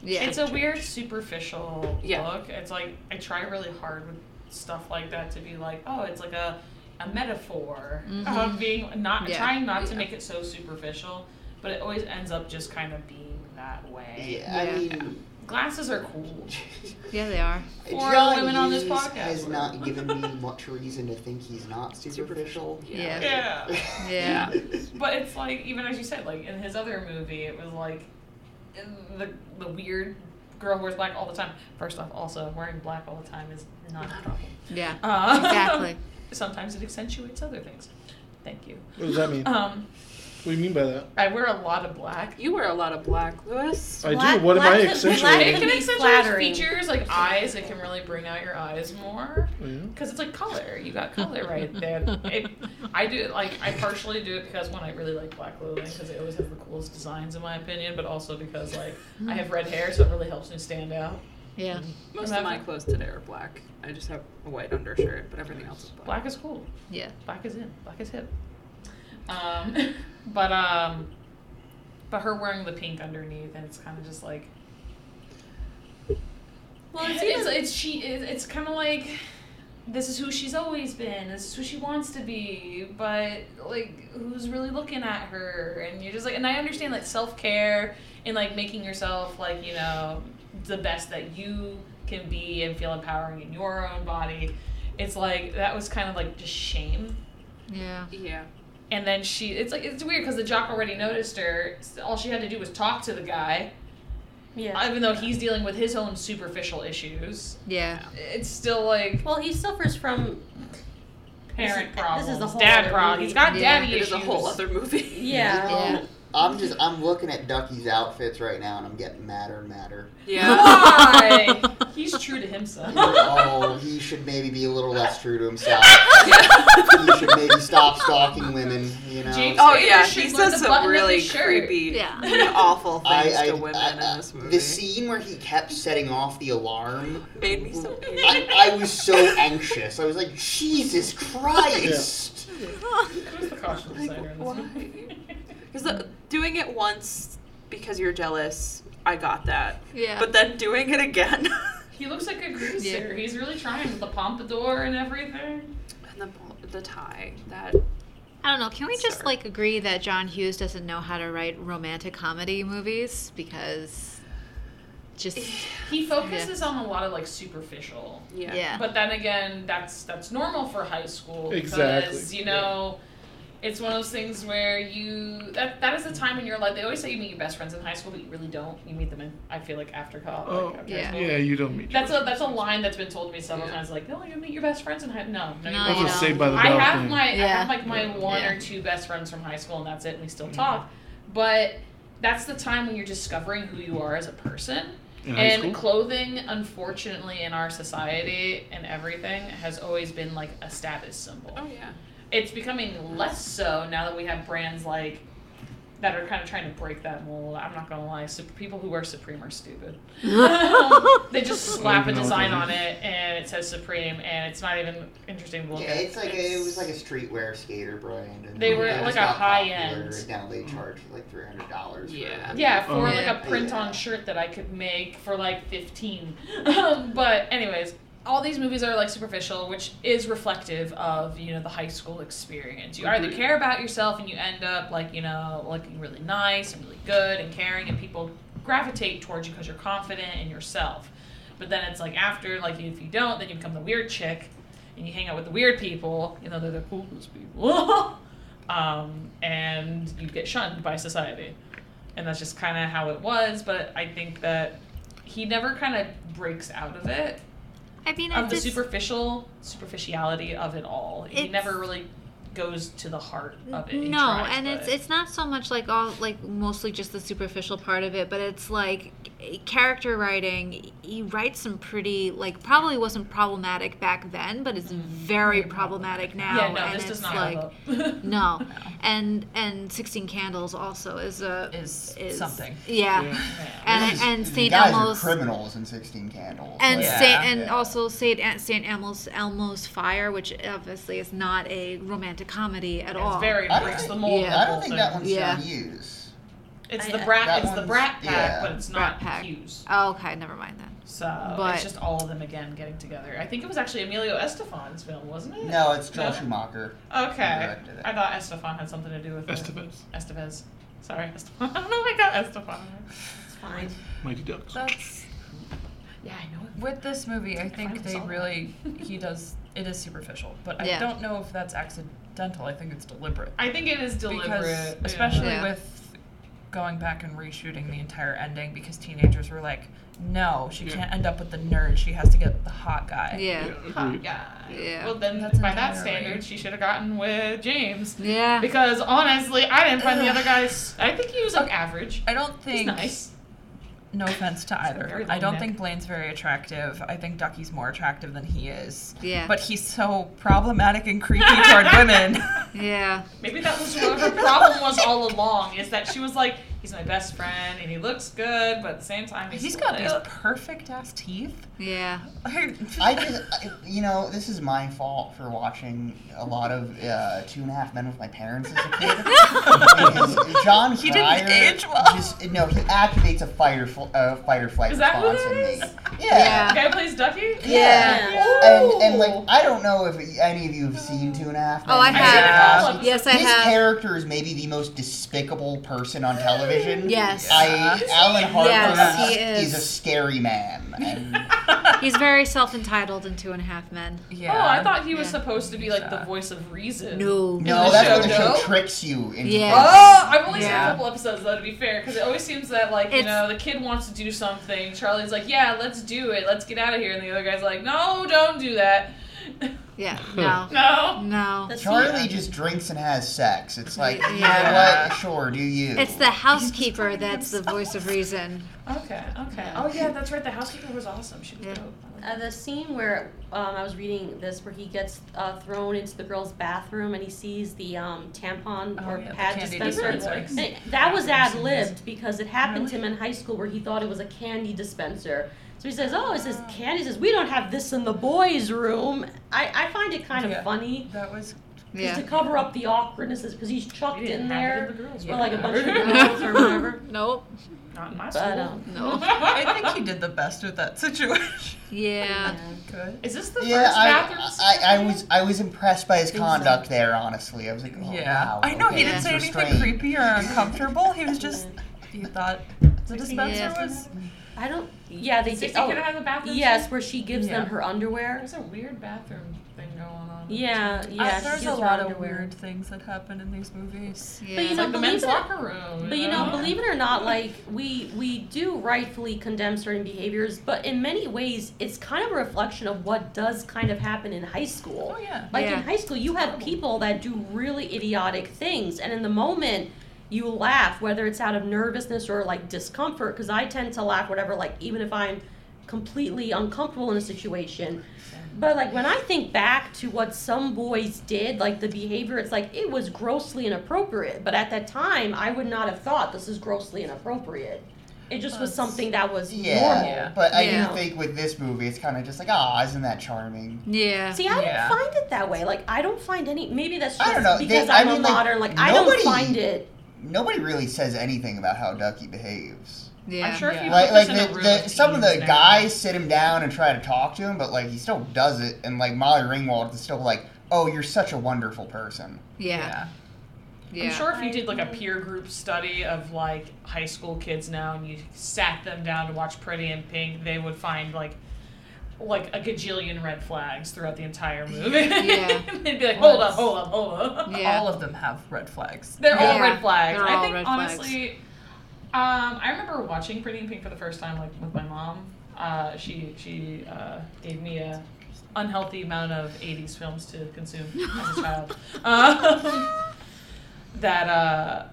C: Yeah.
B: It's a weird superficial
F: Yeah.
B: look. It's like I try really hard with stuff like that to be like, oh, it's like a a metaphor
A: Mm-hmm.
B: of being not
C: Yeah.
B: trying not to
C: Yeah.
B: make it so superficial, but it always ends up just kind of being that way.
E: Yeah, I
C: Yeah.
E: mean,
B: Glasses are cool.
C: yeah, they are.
B: Four
E: John
B: women on this
E: Hughes
B: podcast
E: has
B: were-
E: not given me much reason to think he's not superficial.
C: Yeah.
B: Yeah.
C: Yeah.
B: But it's like even as you said, like in his other movie, it was like the the weird girl who wears black all the time. First off, also wearing black all the time is not a problem.
C: Yeah.
B: Um,
C: Exactly.
B: Sometimes it accentuates other things. Thank you.
D: What does that mean? What
B: Um,
D: do you mean by that?
B: I wear a lot of black.
F: you wear a lot of black lewis
D: I
A: Black-
D: do. What am I
A: black-
D: accentuating?
B: It
A: black-
B: can
A: be
B: accentuate
A: flattering.
B: features like eyes. It can really bring out your eyes more
D: Oh, yeah?
B: because it's like color. You got color right there. It, I do it like I partially do it because one, I really like black clothing because they always have the coolest designs in my opinion, but also because like I have red hair, so it really helps me stand out.
C: Yeah.
F: most of my clothes today are black i just have a white undershirt but everything else is black,
B: Black is cool.
C: Yeah.
B: Black is in. Black is hip. Um, but um, but her wearing the pink underneath, and it's kind of just like
A: well
B: it's, it's, it's she it- it's kind of like this is who she's always been this is who she wants to be but like who's really looking at her and you're just like and i understand like self-care and like making yourself like you know the best that you can be and feel empowering in your own body it's like that was kind of like just shame
C: Yeah.
F: yeah
B: and then she, it's like, it's weird because the jock already noticed her. S- All she had to do was talk to the guy,
A: yeah
B: even though he's dealing with his own superficial issues.
C: Yeah.
B: It's still like
A: well he suffers from
B: parent
A: This is-
B: problems,
A: this is a whole
B: dad
A: other
B: problems.
A: movie.
B: He's got
C: Yeah.
B: daddy
F: it
B: issues.
F: is a whole other movie
A: yeah,
C: Yeah.
E: I'm just I'm looking at Ducky's outfits right now and I'm getting madder, and madder.
F: yeah
B: Why? he's true to himself.
E: oh, he should maybe be a little less true to himself. he should maybe stop stalking women. You know.
B: James-
F: oh
B: Taylor
F: yeah
B: should
F: he
B: wear
F: says
B: the
F: some
B: button-up
F: really
B: shirt.
F: creepy
C: Yeah.
F: awful
E: I,
F: things
E: I,
F: to women
E: I-
F: in this movie
E: the scene where he kept setting off the alarm,
F: made me so
E: I, I was so anxious. I was like, Jesus Christ!
B: Who's the costume designer in this movie?
F: Because doing it once because you're jealous, I got that.
C: Yeah.
F: But then doing it again,
B: He looks like a greaser. He's really trying with the pompadour and everything.
F: and the bol- the tie that
C: I don't know. Can we just
F: Sorry.
C: like agree that John Hughes doesn't know how to write romantic comedy movies because just
B: He focuses on a lot of like superficial
F: yeah.
C: yeah.
B: But then again, that's that's normal for high school because
D: Exactly,
B: you know it's one of those things where you that that is the time in your life. They always say you meet your best friends in high school, but you really don't. You meet them in I feel like after college.
D: Oh,
B: after
C: yeah.
B: school.
D: Yeah, you don't meet.
B: That's
D: George.
B: a that's a line that's been told to me several times. Like, no, you meet your best friends in high. No, no, you
C: No,
D: That's
C: you
D: a
C: know.
D: Saved by the
B: I
D: Bell
B: have
D: thing.
B: my I
C: Yeah.
B: have like my one
C: Yeah.
B: or two best friends from high school, and that's
D: Mm-hmm.
B: it. And we still talk, but that's the time when you're discovering who you are as a person.
D: In high school?
B: And clothing, unfortunately, in our society and everything, has always been like a status symbol.
G: Oh yeah.
B: It's becoming less so now that we have brands like that are kind of trying to break that mold. I'm not gonna lie, Sup- people who wear Supreme are stupid. Um, they just slap
D: I
B: a
D: don't know what
B: design
D: that
B: on
D: is.
B: it and it says Supreme, and it's not even interesting to look
E: Yeah,
B: at.
E: it's like a, it was like a streetwear skater brand. And
B: They were
E: just
B: like a
E: got
B: high
E: popular,
B: end.
E: and Now they charge like three hundred dollars.
G: Yeah.
B: Yeah, for
D: Oh.
B: like a
E: Yeah.
B: print on shirt that I could make for like 15. Um, but, anyways, all these movies are like superficial, which is reflective of, you know, the high school experience. You either
D: Agreed.
B: care about yourself and you end up like, you know, looking really nice and really good and caring, and people gravitate towards you because you're confident in yourself. But then it's like after, like, if you don't, then you become the weird chick and you hang out with the weird people, you know, they're the coolest people. um, and you get shunned by society and that's just kind of how it was. But I think that he never kind of breaks out of it
C: I mean,
B: of
C: it's,
B: the superficial superficiality of it all. He
C: It's-
B: never really goes to the heart
F: Mm-hmm.
B: of it. He
C: no,
B: tries,
C: and
B: but-
C: it's it's not so much like all like mostly just the superficial part of it, but it's like eh, character writing. He writes some pretty like probably wasn't problematic back then, but
F: Mm-hmm.
C: it's very problematic now.
B: yeah, no,
C: and
B: this
C: it's
B: does not
C: like
B: hold up.
C: no, and and Sixteen Candles also is a
F: Is,
C: is
F: something.
C: Yeah,
D: Yeah.
B: Yeah.
C: and and
E: The
C: Saint
E: guys
C: Elmo's
E: are criminals in Sixteen Candles.
C: and
E: like,
C: Saint, and
E: Yeah.
C: also Saint An- Saint Elmo's Elmo's Fire, which obviously is not a romantic comedy at all.
B: It's very
E: I
B: it
E: don't
B: breaks
E: think-
B: the mold.
C: yeah,
B: of the
E: I
B: whole
E: don't think
B: thing.
E: that one's
C: Yeah.
E: yeah. Hughes.
B: It's
A: I-
B: the
A: I-
B: brat.
E: that
B: it's the
E: one's-
B: brat pack,
E: yeah.
B: but it's
C: Brat
B: not
C: pack.
B: Hughes.
C: Oh, okay, never mind then.
B: So
C: But-
B: it's just all of them again getting together. I think it was actually Emilio Estefan's film, wasn't it?
E: No, it's Joel
B: No?
E: Schumacher.
B: Okay.
E: directed it.
B: I thought Estefan had something to do with it.
D: Estevez,
B: Estevez. Sorry, Estefan. I don't know if I got Estefan.
A: It's fine.
D: Mighty Ducks.
F: That's
B: Yeah, I know.
F: With this movie, I think
B: finally
F: they
B: saw
F: really he does it is superficial, but
C: Yeah.
F: I don't know if that's accidental. I think it's deliberate
B: I think it is deliberate,
F: because
B: yeah.
F: especially
C: Yeah.
F: with going back and reshooting the entire ending because teenagers were like, "No, she
D: Yeah.
F: can't end up with the nerd. She has to get the hot guy."
C: Yeah.
D: Yeah,
B: Hot
D: agreed.
B: guy.
C: Yeah.
B: Well, then
F: That's
B: by that
F: entirely-
B: standard, she should have gotten with James.
C: Yeah.
B: Because honestly, I didn't find the other guys. I think he was like average.
F: I don't think.
B: He's nice.
F: No offense to
B: very
F: either.
B: long
F: I don't
B: neck.
F: think Blaine's very attractive. I think Ducky's more attractive than he is.
C: Yeah.
F: But he's so problematic and creepy toward women.
C: yeah.
B: Maybe that was what her problem was all along. Is that she was like, he's my best friend and he looks good, but at the same time, he's,
F: He's got these
B: little."
F: perfect ass teeth.
C: Yeah.
E: I Oh, just, I, you know, this is my fault for watching a lot of uh, Two and a Half Men with my parents as a kid. Because John
F: He didn't
E: Cryer
F: age well.
E: Just, no, he activates a fight or, fl- uh, fight or flight
B: Is that who
E: response
B: that
E: in me.
B: is?
E: Yeah.
B: The guy who plays Ducky.
E: Yeah.
A: Yeah.
E: And, and like,
B: Ooh.
E: I don't know if any of you have seen Two and a Half Men.
C: Oh, I
E: with My
C: have.
E: Parents.
C: Yes, I
E: His
C: have.
E: character is maybe the most despicable person on television.
C: Yes.
E: I, Alan Harper
C: Yes, he
E: is.
C: is.
E: a scary man. And
C: He's very self entitled in Two and a Half Men.
F: yeah.
B: Oh, I thought he was
C: Yeah.
B: supposed to be like the
F: Yeah.
B: voice of reason.
C: No.
E: no,
B: the
E: that's
B: show,
E: what the show
B: no?
E: tricks you into.
C: Yeah.
E: thinking.
B: Oh, I've only seen
C: Yeah.
B: a couple episodes though, to be fair, because it always seems that like you
C: It's-
B: know the kid wants to do something. Charlie's like, yeah, let's do it, let's get out of here, and the other guy's like, no, don't do that,
C: Yeah. No.
B: no.
C: No.
A: That's
E: Charlie
A: yeah.
E: just drinks and has sex. It's like, you
F: Yeah.
E: know what? Sure, do you?
C: It's the housekeeper that's the voice of reason.
B: Okay, okay. Oh yeah, that's right. The housekeeper was awesome. She was
C: Yeah.
B: dope.
A: Uh, the scene where um, I was reading this, where he gets uh, thrown into the girl's bathroom and he sees the um, tampon
F: Oh,
A: or
F: yeah, the
A: pad
F: candy
A: dispenser.
F: dispensers.
A: And that was
F: I've
A: ad
F: seen
A: libbed because it happened to him in high school where he thought it was a candy dispenser. So he says, "Oh, it says candy." He says, "We don't have this in the boys' room." I, I find it kind of
F: Yeah.
A: funny
F: That was
A: just
C: Yeah.
A: to cover up the awkwardness because he's chucked
B: She didn't
A: in
B: have it
A: there
B: in the girls'
A: for
B: room.
A: like a bunch of girls or whatever.
C: Nope.
B: Not in my school.
A: But um,
C: No.
F: I think he did the best with that situation.
C: Yeah.
A: yeah.
F: Good.
B: Is this the
E: yeah,
B: first
E: I,
B: bathroom?
E: I,
B: scene?
E: I was I was impressed by his
A: Think so.
E: conduct there. Honestly, I was like, oh,
F: yeah.
E: wow.
F: I know
E: okay,
F: he didn't
E: he's
F: say anything
E: restrained.
F: creepy or uncomfortable. He was just he thought the dispenser
C: Yeah.
F: was
A: I don't. Yeah, they
B: Sixty
A: did.
B: could
A: Oh,
B: have the bathroom.
A: yes,
B: scene?
A: where she gives
F: Yeah.
A: them her underwear.
B: There's a weird bathroom thing going on.
A: Yeah,
F: I-
A: yeah. she
F: there's a
A: gives her
F: lot of
A: underwear.
F: weird things that happen in these movies.
C: Yeah.
A: But you
B: It's
A: know,
B: like the
A: believe
B: men's
A: it-
B: locker room.
A: But you know, believe it or not, like we we do rightfully condemn certain behaviors, but in many ways, it's kind of a reflection of what does kind of happen in high school.
F: Oh yeah.
A: Like
C: Yeah.
A: in high school, you have people that do really idiotic things, and in the moment, you laugh whether it's out of nervousness or like discomfort because i tend to laugh whatever like even if i'm completely uncomfortable in a situation but like when i think back to what some boys did like the behavior it's like it was grossly inappropriate but at that time i would not have thought this is grossly inappropriate it just was something that was normal
E: Yeah, but I
C: Yeah.
E: do think with this movie, it's kind of just like, ah, isn't that charming?
C: Yeah.
A: See, I
E: Yeah.
A: don't find it that way. Like, I don't find any. Maybe that's just
E: I don't know. They-
A: because
E: I
A: I'm a
E: mean, like,
A: modern. Like, I don't
E: nobody-
A: find it.
E: Nobody really says anything about how Ducky behaves.
C: yeah.
B: I'm sure if you
E: Like,
B: put
E: like
B: this in a
E: the,
B: room
E: the,
B: of
E: some of the
B: teens now-
E: guys sit him down and try to talk to him, but like he still does it, and like Molly Ringwald is still like, "Oh, you're such a wonderful person."
C: Yeah. Yeah.
B: I'm sure if you did like a peer group study of like high school kids now and you sat them down to watch Pretty in Pink, they would find like like a gajillion red flags throughout the entire movie.
C: Yeah.
B: They'd be like, hold
F: Well,
B: up, hold up, hold up.
C: Yeah.
F: All of them have red flags.
B: They're all
C: Yeah.
B: red flags.
C: They're
B: I
C: all
B: think
C: red flags.
B: honestly, um, I remember watching Pretty in Pink for the first time, like with my mom. Uh, she she uh, gave me a unhealthy amount of '80s films to consume as a child. Um, that uh,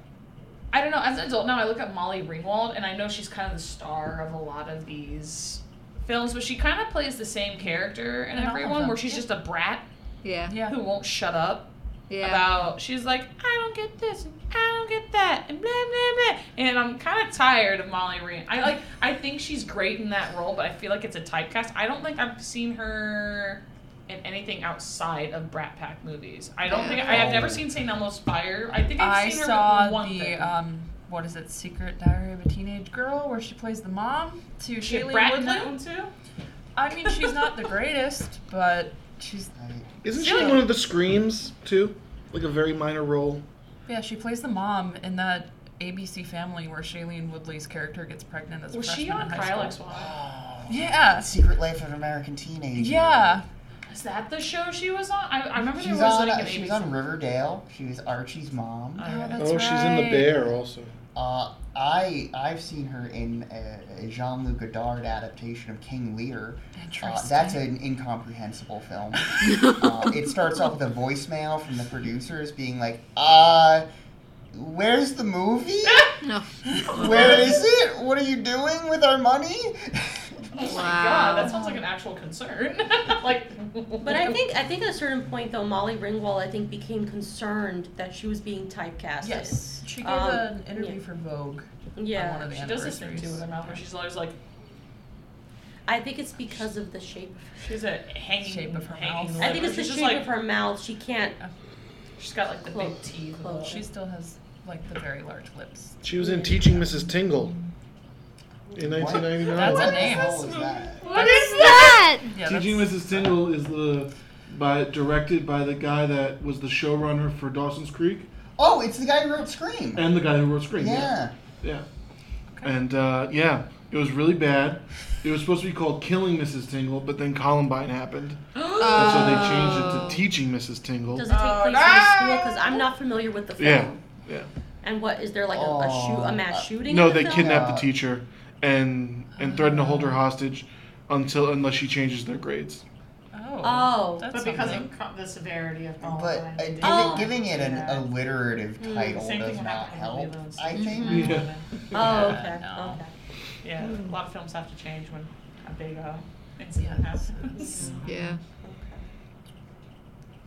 B: I don't know. As an adult now, I look at Molly Ringwald, and I know she's kind of the star of a lot of these films, but she kind of plays the same character in
F: In all of
B: every one,
F: them.
B: where she's just a brat
C: Yeah.
F: Yeah.
B: who won't shut up
C: Yeah.
B: about she's like I don't get this and I don't get that and blah blah blah and I'm kind of tired of Molly Ring. I like I think she's great in that role, but I feel like it's a typecast. I don't think I've seen her in anything outside of Brat Pack movies. I don't think I have never seen St. Elmo's Fire. I think I've
F: I
B: seen her
F: saw
B: in one
F: the
B: thing.
F: um, what is it, Secret Diary of a Teenage Girl, where she plays the mom to
B: She a
F: Shailene
B: brat in
F: Woodley.
B: that one too.
F: I mean, she's not the greatest, but she's
D: Isn't she in one of the screams too? Like a very minor role.
F: yeah, she plays the mom in that ABC Family where Shailene Woodley's character gets pregnant as a
B: Was
F: freshman
B: she on
F: in high
B: Krylex
F: school.
B: One?
F: Yeah,
E: Secret Life of an American Teenager.
F: yeah,
B: Is that the show she was on? I, I remember
E: She's
B: there was
E: on,
B: like an
E: she was
B: ABC.
E: on Riverdale. She was Archie's mom.
B: I don't know.
F: That's
D: oh, she's in the
F: right.
D: bear also.
E: Uh, I I've seen her in a, a Jean-Luc Godard adaptation of King Lear. Uh,
F: interesting.
E: that's an incomprehensible film. uh, it starts off with a voicemail from the producers being like, "Uh, where's the movie?
C: No.
E: Where is it? What are you doing with our money?"
B: Oh my
C: Wow.
B: god, that sounds like an actual concern. like,
A: But I think I think at a certain point though, Molly Ringwald I think became concerned that she was being typecasted.
F: yes, she gave
A: Um,
F: an interview
A: yeah.
F: for Vogue.
A: Yeah.
F: one of the
B: she does this thing too
F: anniversaries.
B: with her mouth, where she's always like,
A: I think it's because of the shape.
B: she's a hanging
F: Shape of her
B: hanging
F: mouth.
B: lip,
A: I think it's the
B: where she's just
A: shape
B: like,
A: of her mouth. She can't.
B: She's got like the
A: Close.
B: big teeth. and
A: Close.
B: the-
F: She still has like the very large lips.
D: She was in Teaching Mrs. Tingle in
E: What?
D: 1999.
F: That's
E: what
F: a name.
E: the hell is that?
B: What is
C: that?
F: Yeah,
D: Teaching
F: that's-
D: Mrs. Tingle is the by directed by the guy that was the showrunner for Dawson's Creek
E: Oh, it's the guy who wrote Scream.
D: and the guy who wrote Scream.
E: Yeah.
D: Yeah. And uh, yeah, it was really bad. It was supposed to be called Killing Mrs. Tingle, but then Columbine happened, and so they changed it to Teaching Mrs. Tingle.
A: Does it take place in a school? Because I'm not familiar with the film.
D: Yeah, yeah.
A: And what is there like a, a, shoot, a mass shooting? in
D: No,
A: the
D: they
A: film?
D: kidnap
B: Oh.
E: Yeah.
D: the teacher and and threaten to hold her hostage until unless she changes their grades.
F: Oh,
A: Oh.
F: that's
B: But because
F: something.
B: of co- the severity of all that,
E: But uh,
B: they
E: giving,
B: did
A: Oh.
E: giving it an
B: Yeah.
E: alliterative
F: Hmm,
E: title
B: Same thing
E: does
B: with
E: not
B: Alcohol
E: help.
B: Balloons.
E: I
F: Mm-hmm.
E: think.
D: Yeah.
A: Oh. Okay.
F: no.
A: Okay.
B: Mm-hmm. Yeah, a lot of films have to change when a big uh, incident
F: Yeah.
B: happens.
C: Yeah.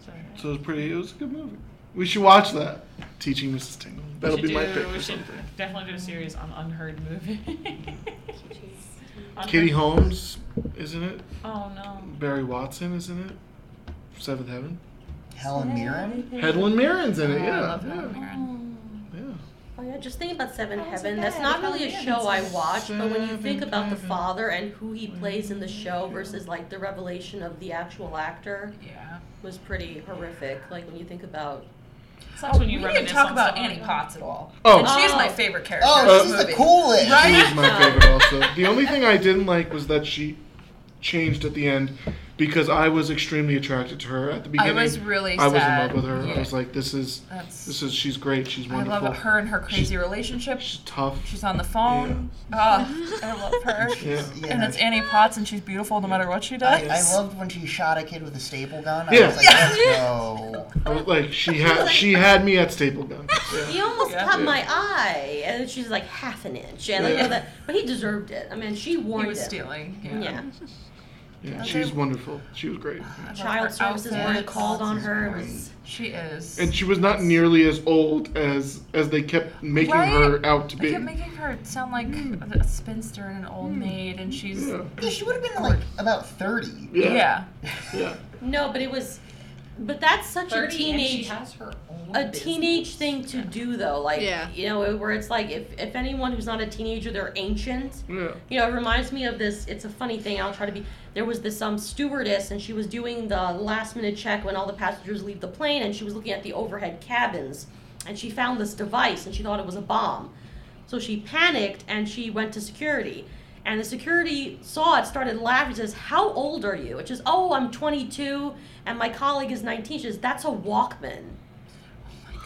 B: So,
D: So it was pretty. It was a good movie. We should watch that. Teaching Mrs. Tingle. That'll
B: we
D: be
B: should
D: my
B: do-
D: pick.
B: We
D: for
B: should
D: something.
B: definitely do a series on unheard movies. Unheard-
D: Katie Holmes, isn't it?
B: Oh no.
D: Barry Watson, isn't it? Seventh Heaven.
E: Helen Mirren.
D: Hedlund Mirren's
B: Oh,
D: in it.
F: I
D: Yeah.
F: love
D: yeah,
F: Helen Mirren.
D: yeah.
A: Oh yeah, just think about Seven
B: That
A: Heaven.
B: wasn't bad.
A: That's not
B: That
A: really a
B: was-
A: show I watch, but when you
D: Seven
A: think about the
F: Mm-hmm.
D: Heaven.
A: father and who he plays in the show versus like the revelation of the actual actor
F: Yeah.
A: was pretty horrific. Like when you think about
B: Sucks when
F: We
B: you
F: didn't
B: reminisce
F: talk
B: on
F: about
B: someone.
F: Annie Potts at all.
D: Oh,
F: And she's
A: Oh.
F: my favorite character.
E: Oh,
F: in
E: she's
F: this
E: the
F: movie.
E: coolest.
D: She was my favorite also. The only thing I didn't like was that she changed at the end because I was extremely attracted to her at the
F: I
D: beginning.
F: was really
D: I was in
F: sad.
D: love with her. I
F: Yeah.
D: was like, this is
F: That's,
D: this is she's great. She's
F: I
D: wonderful.
F: love it. her and her crazy relationship.
D: She's tough.
F: She's on the phone. Ah, I love her.
D: yeah.
E: Yeah.
F: And it's Annie Potts, and she's beautiful no matter what she does.
E: I, I loved when she shot a kid with a staple gun. I
D: Yeah.
E: was like, let's go.
D: I was like she had she had me at staple gun. Yeah.
A: He almost
F: Yeah.
A: caught
D: Yeah.
A: my eye, and she's like half an inch, and like,
D: Yeah.
A: you know that, but he deserved it. I mean, she
F: He
A: warned
F: was
A: him.
F: stealing. Yeah.
A: Yeah,
D: Yeah, she's wonderful. She was great.
F: I love her
A: child services
F: outfit.
A: weren't called on
E: This
A: her. It
E: is
A: was
F: She is.
D: And she was not nearly as old as as they kept making
F: Right?
D: her out to
F: They
D: be.
F: kept making her sound like a spinster and an old maid, and she's
D: yeah.
E: Yeah, she would have been like about 30.
D: Yeah.
F: yeah.
D: yeah.
A: no, but it was, but that's such a
H: 30 and she
A: teenage
H: has her own
A: a teenage thing to do though. Like
C: Yeah.
A: you know, where it's like if if anyone who's not a teenager, they're ancient.
D: Yeah.
A: You know, it reminds me of this. It's a funny thing. I'll try to be. There was this um stewardess, and she was doing the last minute check when all the passengers leave the plane, and she was looking at the overhead cabins, and she found this device, and she thought it was a bomb, so she panicked and she went to security. And the security saw it, started laughing, says, How old are you? Which is, Oh, I'm 22, and my colleague is 19. She says, That's a Walkman.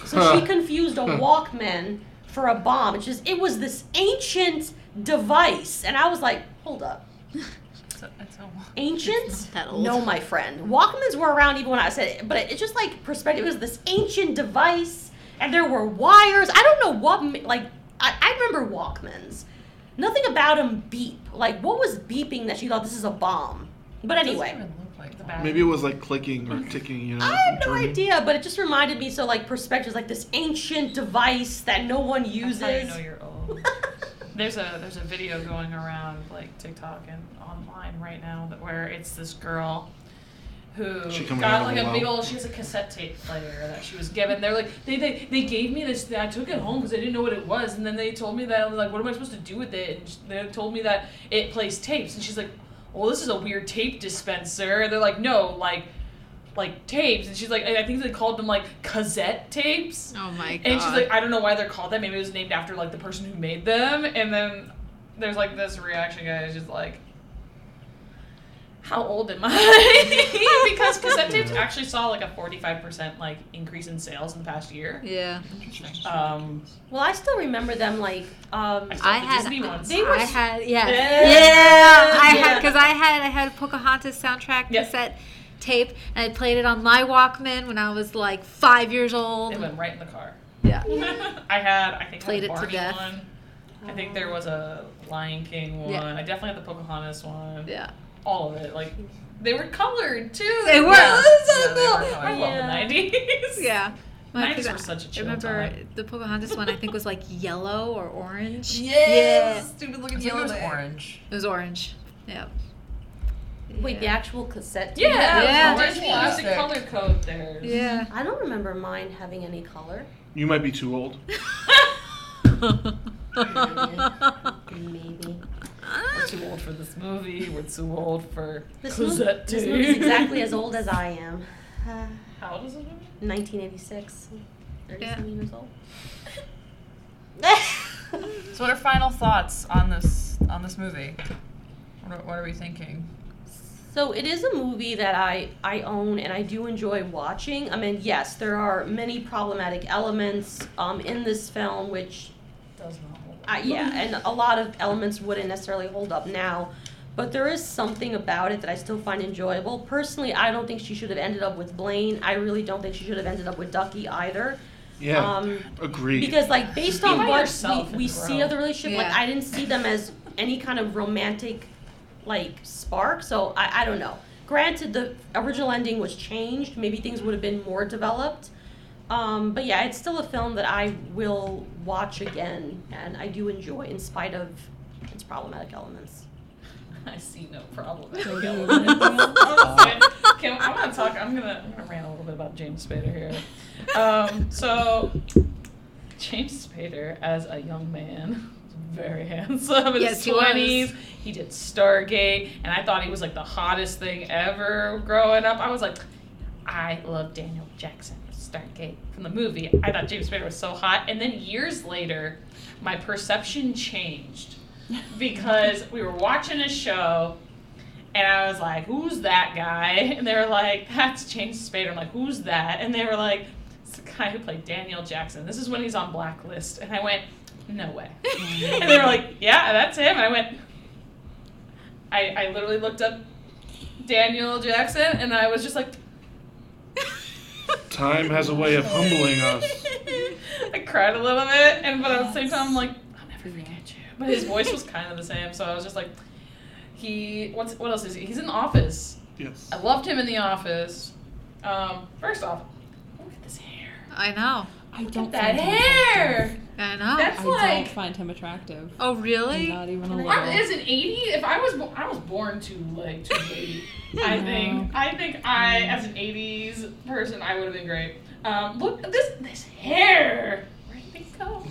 A: So she
D: Huh.
A: confused a Walkman for a bomb. It's just it was this ancient device, and I was like, hold up,
F: It's a, it's a
A: ancient?
C: that old.
A: No, my friend, Walkmans were around even when I said it, but it- it's just like perspective. It was this ancient device, and there were wires. I don't know what ma- like I, I remember Walkmans. Nothing about them beep. Like what was beeping that she thought this is a bomb? But anyway.
F: Doesn't even look like the
D: Maybe it was like clicking or ticking, you know.
A: I have
D: from
A: no
D: Germany.
A: idea, but it just reminded me so like perspectives, like this ancient device that no one uses.
B: That's how you know you're old. There's a there's a video going around like TikTok and online right now that where it's this girl who
D: She coming out
B: got
D: of
B: like
D: the
B: a big
D: well?
B: old she has a cassette tape player that she was given. They're like they they, they gave me this. I took it home because I didn't know what it was, and then they told me that I was like, what am I supposed to do with it? And sh- they told me that it plays tapes, and she's like, well, this is a weird tape dispenser. And they're like, no, like. Like tapes, and she's like, I I think they called them like cassette tapes.
C: Oh my god.
B: And she's like, I don't know why they're called that. Maybe it was named after like the person who made them. And then there's like this reaction guy is just like, How old am I? because cassette tapes actually saw like a 45% like increase in sales in the past year.
C: yeah.
B: Um,
A: Well, I still remember them like um
B: I, still
C: I
B: have the
C: had-
B: Disney ones.
A: they were
C: I had yeah.
B: Yeah.
C: Yeah. I had because I had I had Pocahontas soundtrack
B: Yeah.
C: cassette tape and I played it on my Walkman when I was like five years old.
B: They went right in the car.
C: Yeah.
B: I had, I think,
C: Played
B: I
C: it to
B: had a Barney
C: death.
B: one. I think there was a Lion King one.
C: Yeah.
B: I definitely had the Pocahontas one.
C: Yeah.
B: All of it. Like, they were colored too.
C: They were.
B: Yeah.
C: It was so
B: Yeah, they were
C: cool.
B: colored. I love
A: Yeah.
B: the 90s.
C: Yeah. My
B: Nineties
C: Poca-
B: were such a
C: I
B: chill
C: remember
B: time.
C: the Pocahontas one I think was like yellow or orange.
F: Stupid looking
C: yellow
F: was
C: there.
F: orange.
C: It was orange. Yeah.
A: wait the actual cassette. tape?
B: Yeah,
C: Yeah.
B: yeah. Disney used to
F: Plastic.
B: color code theirs.
C: Yeah.
A: I don't remember mine having any color.
D: You might be too old.
A: Maybe
B: We're too old for this movie. We're too old for
A: this movie.
B: Cosette
A: This
B: tape.
A: movie's exactly as old as I am. Uh,
B: How old is this movie?
A: 1986. 30
C: Yeah.
A: something years old.
F: So what are final thoughts on this on this movie? What are, what are we thinking?
A: So it is a movie that I I own and I do enjoy watching. I mean, yes, there are many problematic elements um, in this film, which
B: Does not hold. up.
A: I, yeah, and a lot of elements wouldn't necessarily hold up now, but there is something about it that I still find enjoyable. Personally, I don't think she should have ended up with Blaine. I really don't think she should have ended up with Ducky either.
D: Yeah.
A: Um,
D: Agreed.
A: because like based
B: Be
A: on
B: by
A: what
B: yourself
A: we,
B: and
A: we
B: grow.
A: see of the relationship, like
C: Yeah.
A: I didn't see them as any kind of romantic like spark. So I, I don't know. Granted, the original ending was changed. Maybe things would have been more developed. Um, but yeah, it's still a film that I will watch again, and I do enjoy in spite of its problematic elements.
B: I see no problem. with the element. Can, I'm gonna talk. I'm gonna, I'm gonna rant a little bit about James Spader here. Um, so James Spader as a young man. was Very handsome in
C: Yes,
B: his
C: he was.
B: twenties. He did Stargate, and I thought he was like the hottest thing ever growing up. I was like, I love Daniel Jackson from Stargate from the movie. I thought James Spader was so hot, and then years later, my perception changed because we were watching a show And I was like, who's that guy? And they were like, that's James Spader. I'm like, who's that? And they were like, it's the guy who played Daniel Jackson. This is when he's on Blacklist. And I went, no way.
I: Mm-hmm.
B: and they were like, yeah, that's him. And I went, I, I literally looked up Daniel Jackson and I was just like,
D: Time has a way of humbling us.
B: I cried a little bit, and but at the same time, I'm like, I'll never forget you. But his voice was kind of the same, so I was just like, he. What's what else is he? He's in the office.
D: Yes.
B: I loved him in the office. Um, first off, look at this hair.
C: I know.
I: I
B: Look
I: don't
B: at that
I: find him
B: hair.
I: attractive.
C: I know.
B: That's
I: I
B: like.
I: don't find him attractive.
C: oh, really?
I: Not even a little.
B: I'm, is it 80? If I was, bo- I was born too late, too late. I think, I think I,
I: Mm.
B: as an 80s person, I would have been great. Um, look at this, this hair. Where did it go?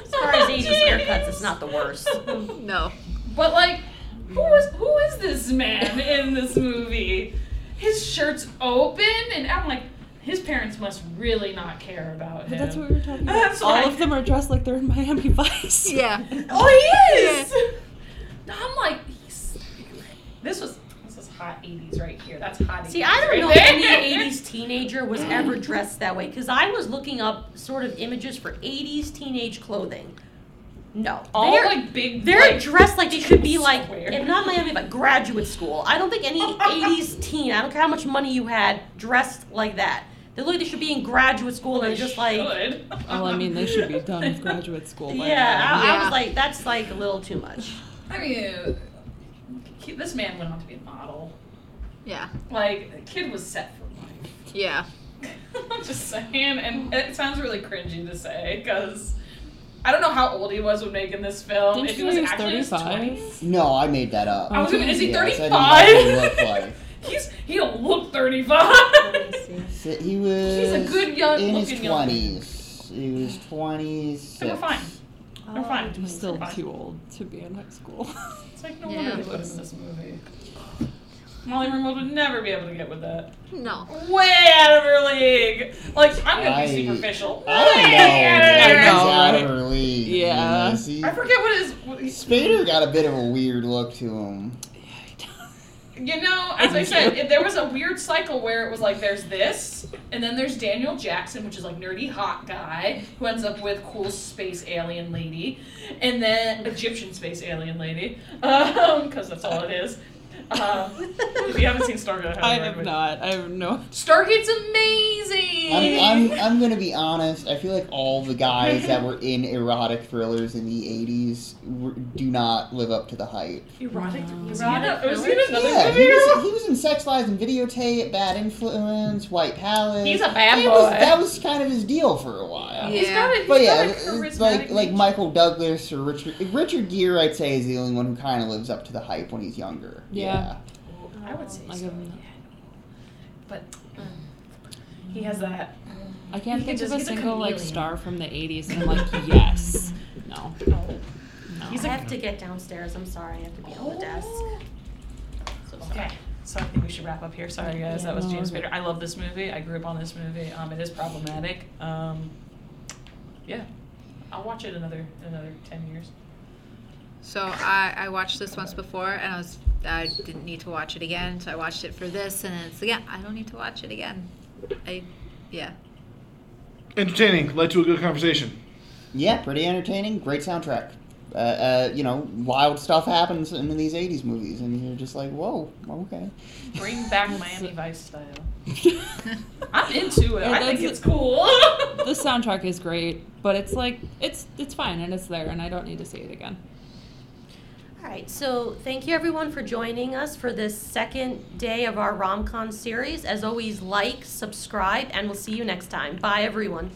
A: As far as 80s haircuts, it's not the worst.
C: no.
B: But like, who is who is this man in this movie? His shirt's open, and I'm like, his parents must really not care about him.
I: But that's what we were talking about.
B: That's
I: All
B: why-
I: of them are dressed like they're in Miami Vice.
C: Yeah.
B: Oh, he is. I'm like, he's, this was this is hot '80s right here. That's hot '80s.
A: See, I don't
B: right
A: know if
B: there.
A: any 80s teenager was ever dressed that way because I was looking up sort of images for 80s teenage clothing. No.
B: All
A: they're,
B: like big.
A: they're
B: like,
A: dressed like they should be like,
B: square.
A: if not Miami, but graduate school. I don't think any 80s teen, I don't care how much money you had, dressed like that. They look like they should be in graduate school and
B: they
A: just like.
B: should.
I: Well, Oh, I mean, they should be done with graduate school. By
A: Yeah, I, I
C: Yeah.
A: was like, that's like a little too much.
B: I mean, he- this man went on to be a model.
C: Yeah.
B: Like, the kid was set for life.
C: Yeah.
B: I'm just saying, and it sounds really cringy to say because I don't know how old he was when making this
I: now.
B: film.
I: Didn't
B: if he
I: you
B: was
I: say he was Oh,
B: actually in his
I: 35?
B: 20s,
E: No, I made that up.
B: I was gonna. Is he
E: Yes, I
B: 35?
E: didn't know what he looked like.
B: He's he don't look 35.
E: So he was.
B: He's a good young-
E: in his
B: looking young-
E: twenties. He was twenties.
B: They were fine. We're fine.
I: I'm still
B: Fine.
I: too old to be in high school.
B: It's like no
C: Yeah.
B: wonder they put him in this movie. Molly Ringwald would never be able to get with that.
C: No.
B: Way out of her league. Like I'm gonna
E: I-
B: be superficial.
E: I don't
B: Way
E: know.
B: out of
I: I
B: her-
I: know,
E: He's out
I: right?
E: of her league. you
I: Yeah.
E: know, see?
B: I forget what his. What he,
E: Spader got a bit of a weird look to him.
B: You know, as I said, it, there was a weird cycle where it was like there's this, and then there's Daniel Jackson, which is like nerdy hot guy who ends up with cool space alien lady, and then Egyptian space alien lady, because that's all it is. Um, if you haven't seen Stargate,
I: I
B: highly
I: have
B: recommend-
I: not. I have no.
B: Stargate's amazing.
E: I'm, I'm, I'm gonna be honest. I feel like all the guys that were in erotic thrillers in the '80s were, do not live up to the hype.
B: erotic. Was he in,
H: Erotic
B: a, was he in another
E: Yeah,
B: movie?
E: he was, he was in Sex Lies and Videotape, Bad Influence, White Palace.
B: He's a bad
E: He was-
B: boy.
E: that was kind of his deal for a
C: Yeah.
E: while.
B: He's got a, he's
E: But
B: got
E: yeah,
B: a
E: it's
B: charismatic
E: like like
B: nature.
E: Michael Douglas or Richard Richard Gere, I'd say is the only one who kind of lives up to the hype when he's younger.
I: Yeah.
B: I would say
I: I
B: so.
I: give him that.
B: But mm,
I: Mm.
B: he has that.
I: I can't
B: He
I: think
B: just-
I: of a
B: he's a
I: single like
B: chameleon.
I: star from the '80s, and I'm like, yes, no,
B: Oh,
I: no.
A: I have to get downstairs. I'm sorry. I have to be on the desk. So sorry.
B: Oh. Okay, so I think we should wrap up here. Sorry, guys, that was
I: no,
B: James
I: we're
B: Spader. I love this movie. I grew up on this movie. Um, it is problematic. Um, yeah, I'll watch it another another ten years.
C: So I, I watched this once before, and I was I didn't need to watch it again, so I watched it for this, and it's again I don't need to watch it again. I, yeah.
D: Entertaining led to a good conversation.
E: Yeah, pretty entertaining. Great soundtrack. Uh, uh, you know, wild stuff happens in these '80s movies, and you're just like, whoa, okay.
B: Bring back Miami Vice style. I'm into it.
I: Yeah,
B: I think
I: that's-
B: it's cool.
I: the soundtrack is great, but it's like it's it's fine and it's there, and I don't need to see it again.
A: All right, so thank you everyone for joining us for this second day of our RomCon series. As always, like, subscribe, and we'll see you next time. Bye, everyone.